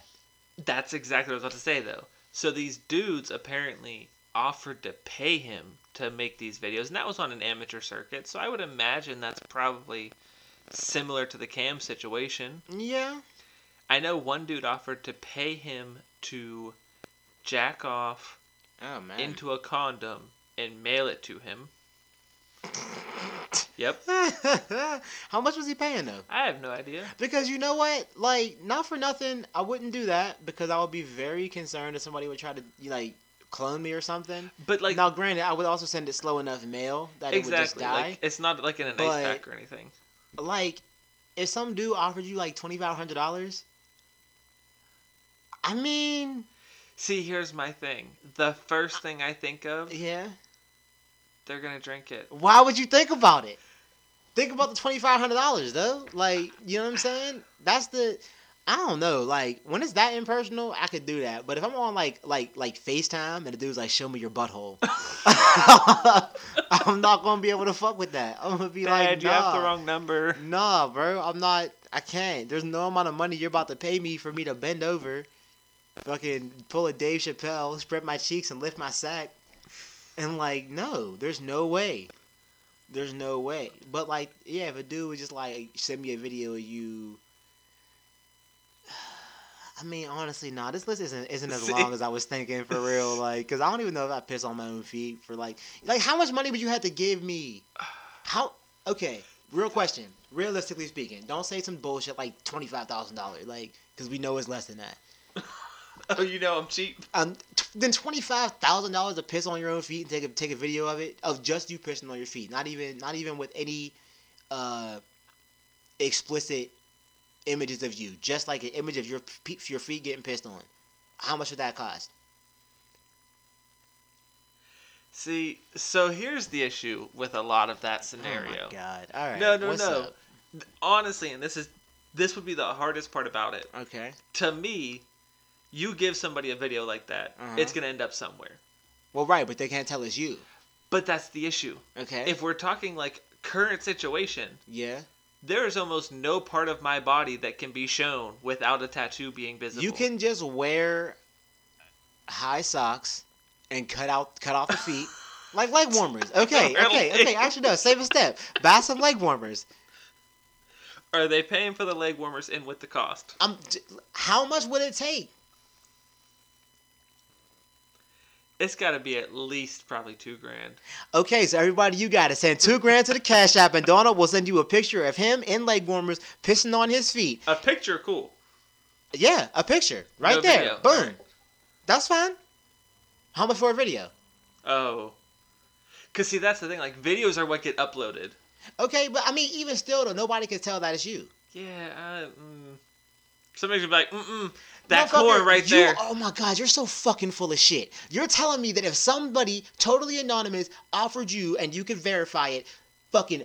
Speaker 2: That's exactly what I was about to say, though. So these dudes apparently offered to pay him to make these videos, and that was on an amateur circuit. So I would imagine that's probably similar to the cam situation.
Speaker 1: Yeah.
Speaker 2: I know one dude offered to pay him to jack off
Speaker 1: Oh man. [laughs]
Speaker 2: into a condom and mail it to him. Yep.
Speaker 1: How much was he paying though?
Speaker 2: I have no idea.
Speaker 1: Because you know what, like, not for nothing, I wouldn't do that because I would be very concerned if somebody would try to like clone me or something.
Speaker 2: But like
Speaker 1: now, granted, I would also send it slow enough mail that it would just
Speaker 2: exactly,
Speaker 1: die.
Speaker 2: like it's not like in an
Speaker 1: But-
Speaker 2: ice pack or anything.
Speaker 1: Like, if some dude offered you like twenty five hundred dollars, I mean,
Speaker 2: See, here's my thing. The first thing I think of,
Speaker 1: yeah.
Speaker 2: they're gonna drink it.
Speaker 1: Why would you think about it? Think about the twenty five hundred dollars though. Like, you know what I'm saying? That's the I don't know. Like, when it's that impersonal, I could do that. But if I'm on like like like FaceTime and the dude's like, "Show me your butthole," [laughs] I'm not gonna be able to fuck with that. I'm gonna be like,
Speaker 2: Dad, you have the
Speaker 1: "Nah." [laughs]
Speaker 2: wrong number. [laughs]
Speaker 1: Nah, bro, I'm not. I can't. There's no amount of money you're about to pay me for me to bend over, fucking pull a Dave Chappelle, spread my cheeks, and lift my sack. And like, no, there's no way. There's no way. But like, yeah, if a dude was just like, send me a video of you. [sighs] I mean, honestly, nah. This list isn't isn't as
Speaker 2: See?
Speaker 1: long as I was thinking for real. Like, cause I don't even know if I piss on my own feet for like, like how much money would you have to give me? How? Okay, real question. Realistically speaking, don't say some bullshit like twenty five thousand dollars, like because we know it's less than that.
Speaker 2: Oh, you know I'm cheap.
Speaker 1: Um, t- then twenty five thousand dollars to piss on your own feet and take a take a video of it of just you pissing on your feet, not even not even with any uh explicit images of you, just like an image of your pe- your feet getting pissed on. How much would that cost?
Speaker 2: See, so here's the issue with a lot of that
Speaker 1: Oh
Speaker 2: scenario.
Speaker 1: my god! All right.
Speaker 2: No, no,
Speaker 1: what's
Speaker 2: no.
Speaker 1: up?
Speaker 2: Honestly, and this is this would be the hardest part about it.
Speaker 1: Okay.
Speaker 2: To me, you give somebody a video like that,
Speaker 1: Uh-huh.
Speaker 2: it's gonna end up somewhere.
Speaker 1: Well, right, but they can't tell it's you.
Speaker 2: But that's the issue.
Speaker 1: Okay.
Speaker 2: If we're talking like current situation,
Speaker 1: yeah.
Speaker 2: there is almost no part of my body that can be shown without a tattoo being visible.
Speaker 1: You can just wear high socks and cut out cut off the [laughs] feet. Like leg warmers. Okay,
Speaker 2: Really?
Speaker 1: okay, okay. Actually no, save a step. Buy some leg warmers.
Speaker 2: Are they paying for the leg warmers in with the cost?
Speaker 1: I'm j- how much would it take?
Speaker 2: It's got to be at least probably two grand.
Speaker 1: Okay, so everybody you gotta send two grand to the cash app and Donald will send you a picture of him in leg warmers pissing on his feet.
Speaker 2: A picture, cool.
Speaker 1: Yeah, a picture. Right
Speaker 2: No
Speaker 1: there.
Speaker 2: video.
Speaker 1: Boom. That's fine. How much for a video?
Speaker 2: Oh. Cause see that's the thing, like videos are what get uploaded.
Speaker 1: Okay, but I mean even still though, nobody can tell that it's you.
Speaker 2: Yeah, I, mm. somebody's gonna be like, mm-mm, that core
Speaker 1: Motherfucker,
Speaker 2: right
Speaker 1: you-
Speaker 2: there.
Speaker 1: Oh my god, you're so fucking full of shit. You're telling me that if somebody totally anonymous offered you and you could verify it, fucking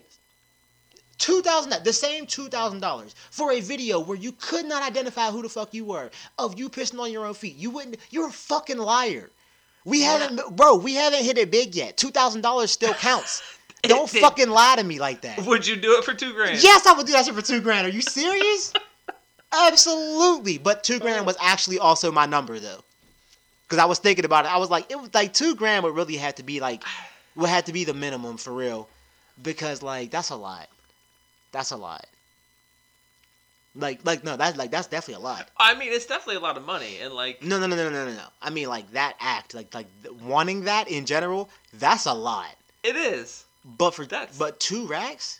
Speaker 1: two thousand, the same two thousand dollars for a video where you could not identify who the fuck you were of you pissing on your own feet. You wouldn't. You're a fucking liar. We haven't, bro. We haven't hit it big yet. Two thousand dollars still
Speaker 2: [laughs]
Speaker 1: counts. Don't
Speaker 2: did.
Speaker 1: fucking lie to me like that.
Speaker 2: Would you do it for two grand?
Speaker 1: Yes, I would do that shit for two grand. Are you
Speaker 2: [laughs]
Speaker 1: serious? Absolutely. But two grand was actually also my number though, because I was thinking about it. I was like, it was like two grand would really have to be like, [sighs] would have to be the minimum for real, because like that's a lot. That's a lot. Like, like no, that's like that's definitely a lot.
Speaker 2: I mean, it's definitely a lot of money, and like,
Speaker 1: No, no, no, no, no, no, no. I mean, like that act, like, like th- wanting that in general, that's a lot.
Speaker 2: it is.
Speaker 1: But for that,
Speaker 2: That's-
Speaker 1: but two racks.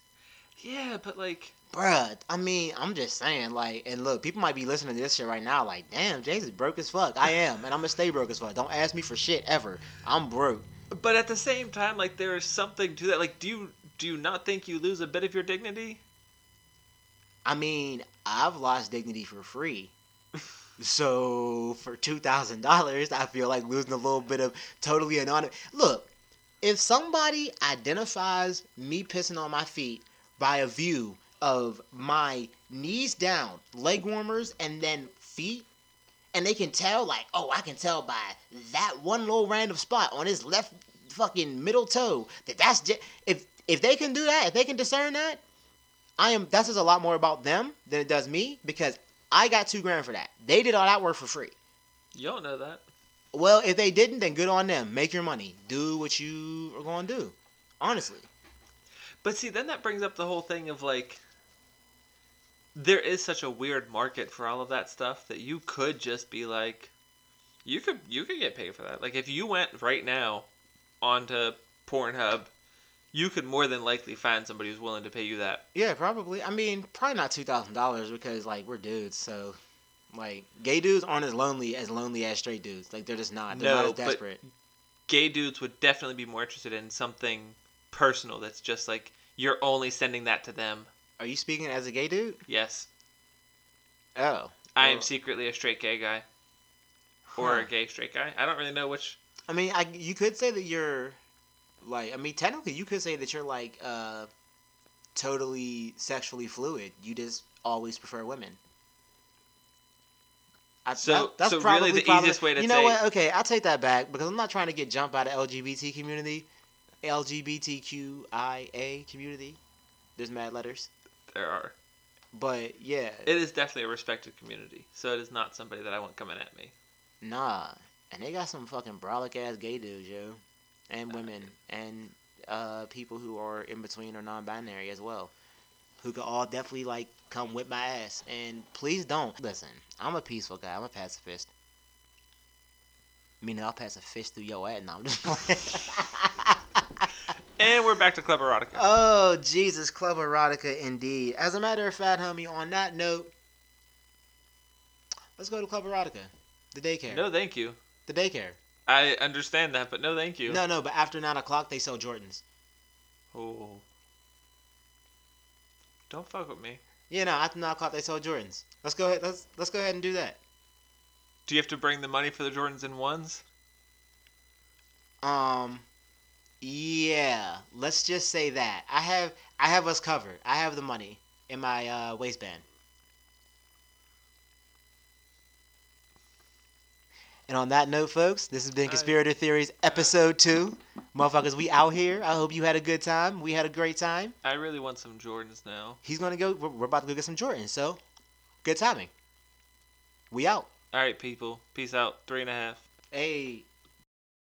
Speaker 2: Yeah, but like,
Speaker 1: Bruh, I mean, I'm just saying, like, and look, people might be listening to this shit right now, like, damn, James is broke as fuck. I am, and I'm gonna stay broke as fuck. Don't ask me for shit ever. I'm broke.
Speaker 2: but at the same time, like, there is something to that. Like, do you do you not think you lose a bit of your dignity?
Speaker 1: I mean, I've lost dignity for free. [laughs] So for two thousand dollars, I feel like losing a little bit of totally anonymous. Look, If somebody identifies me pissing on my feet by a view of my knees down, leg warmers, and then feet, and they can tell, like, oh, I can tell by that one little random spot on his left fucking middle toe that that's just, if if they can do that, if they can discern that, I am that says a lot more about them than it does me because I got two grand for that. They did all that work for free.
Speaker 2: You don't know that.
Speaker 1: Well, if they didn't, then good on them. Make your money. Do what you are going to do. Honestly.
Speaker 2: But see, then that brings up the whole thing of like, there is such a weird market for all of that stuff that you could just be like, you could you could get paid for that. Like if you went right now onto Pornhub, you could more than likely find somebody who's willing to pay you that.
Speaker 1: Yeah, probably. I mean, probably not two thousand dollars because like we're dudes, so like gay dudes aren't as lonely as lonely as straight dudes. Like they're just not. They're
Speaker 2: No,
Speaker 1: not as
Speaker 2: but-
Speaker 1: desperate.
Speaker 2: Gay dudes would definitely be more interested in something personal that's just like you're only sending that to them.
Speaker 1: Are you speaking as a gay dude?
Speaker 2: Yes,
Speaker 1: Oh.
Speaker 2: I
Speaker 1: Oh.
Speaker 2: am secretly a straight gay guy or a
Speaker 1: Huh.
Speaker 2: gay straight guy. I don't really know which.
Speaker 1: I mean, I, you could say that you're like I mean, technically you could say that you're like uh totally sexually fluid. You just always prefer women. I,
Speaker 2: So- so really the easiest way to
Speaker 1: You know
Speaker 2: say-
Speaker 1: what? Okay, I'll take that back because I'm not trying to get jumped by the LGBT community. LGBTQIA community. There's mad letters.
Speaker 2: There are.
Speaker 1: But yeah,
Speaker 2: It is definitely a respected community, so it is not somebody that I want coming at me.
Speaker 1: nah. And they got some fucking brolic ass gay dudes, yo. And women. And uh, people who are in between or non binary as well. Who could all definitely, like, come whip my ass. And please don't. Listen, I'm a peaceful guy. I'm a pacifist. Meaning I'll pass a fish through your ass. No, I'm just playing. [laughs]
Speaker 2: And we're back to Club Erotica.
Speaker 1: oh, Jesus. Club Erotica, indeed. As a matter of fact, homie, on that note, let's go to Club Erotica. The daycare.
Speaker 2: no, thank you.
Speaker 1: The daycare.
Speaker 2: I understand that, but no, thank you.
Speaker 1: No, no, but after nine o'clock they sell Jordans.
Speaker 2: Oh. Don't fuck with me.
Speaker 1: Yeah, no, after nine o'clock they sell Jordans. Let's go ahead. Let's let's go ahead and do that.
Speaker 2: Do you have to bring the money for the Jordans in ones?
Speaker 1: Um, yeah, let's just say that I have I have us covered. I have the money in my uh, waistband. And on that note, folks, this has been
Speaker 2: I-
Speaker 1: Conspirator Theories episode two. Motherfuckers, we out here. I hope you had a good time. We had a great time.
Speaker 2: I really want some Jordans now.
Speaker 1: He's gonna go. We're, we're about to go get some Jordans. So, good timing. We out.
Speaker 2: All right, people. Peace out. Three and a half.
Speaker 1: Hey.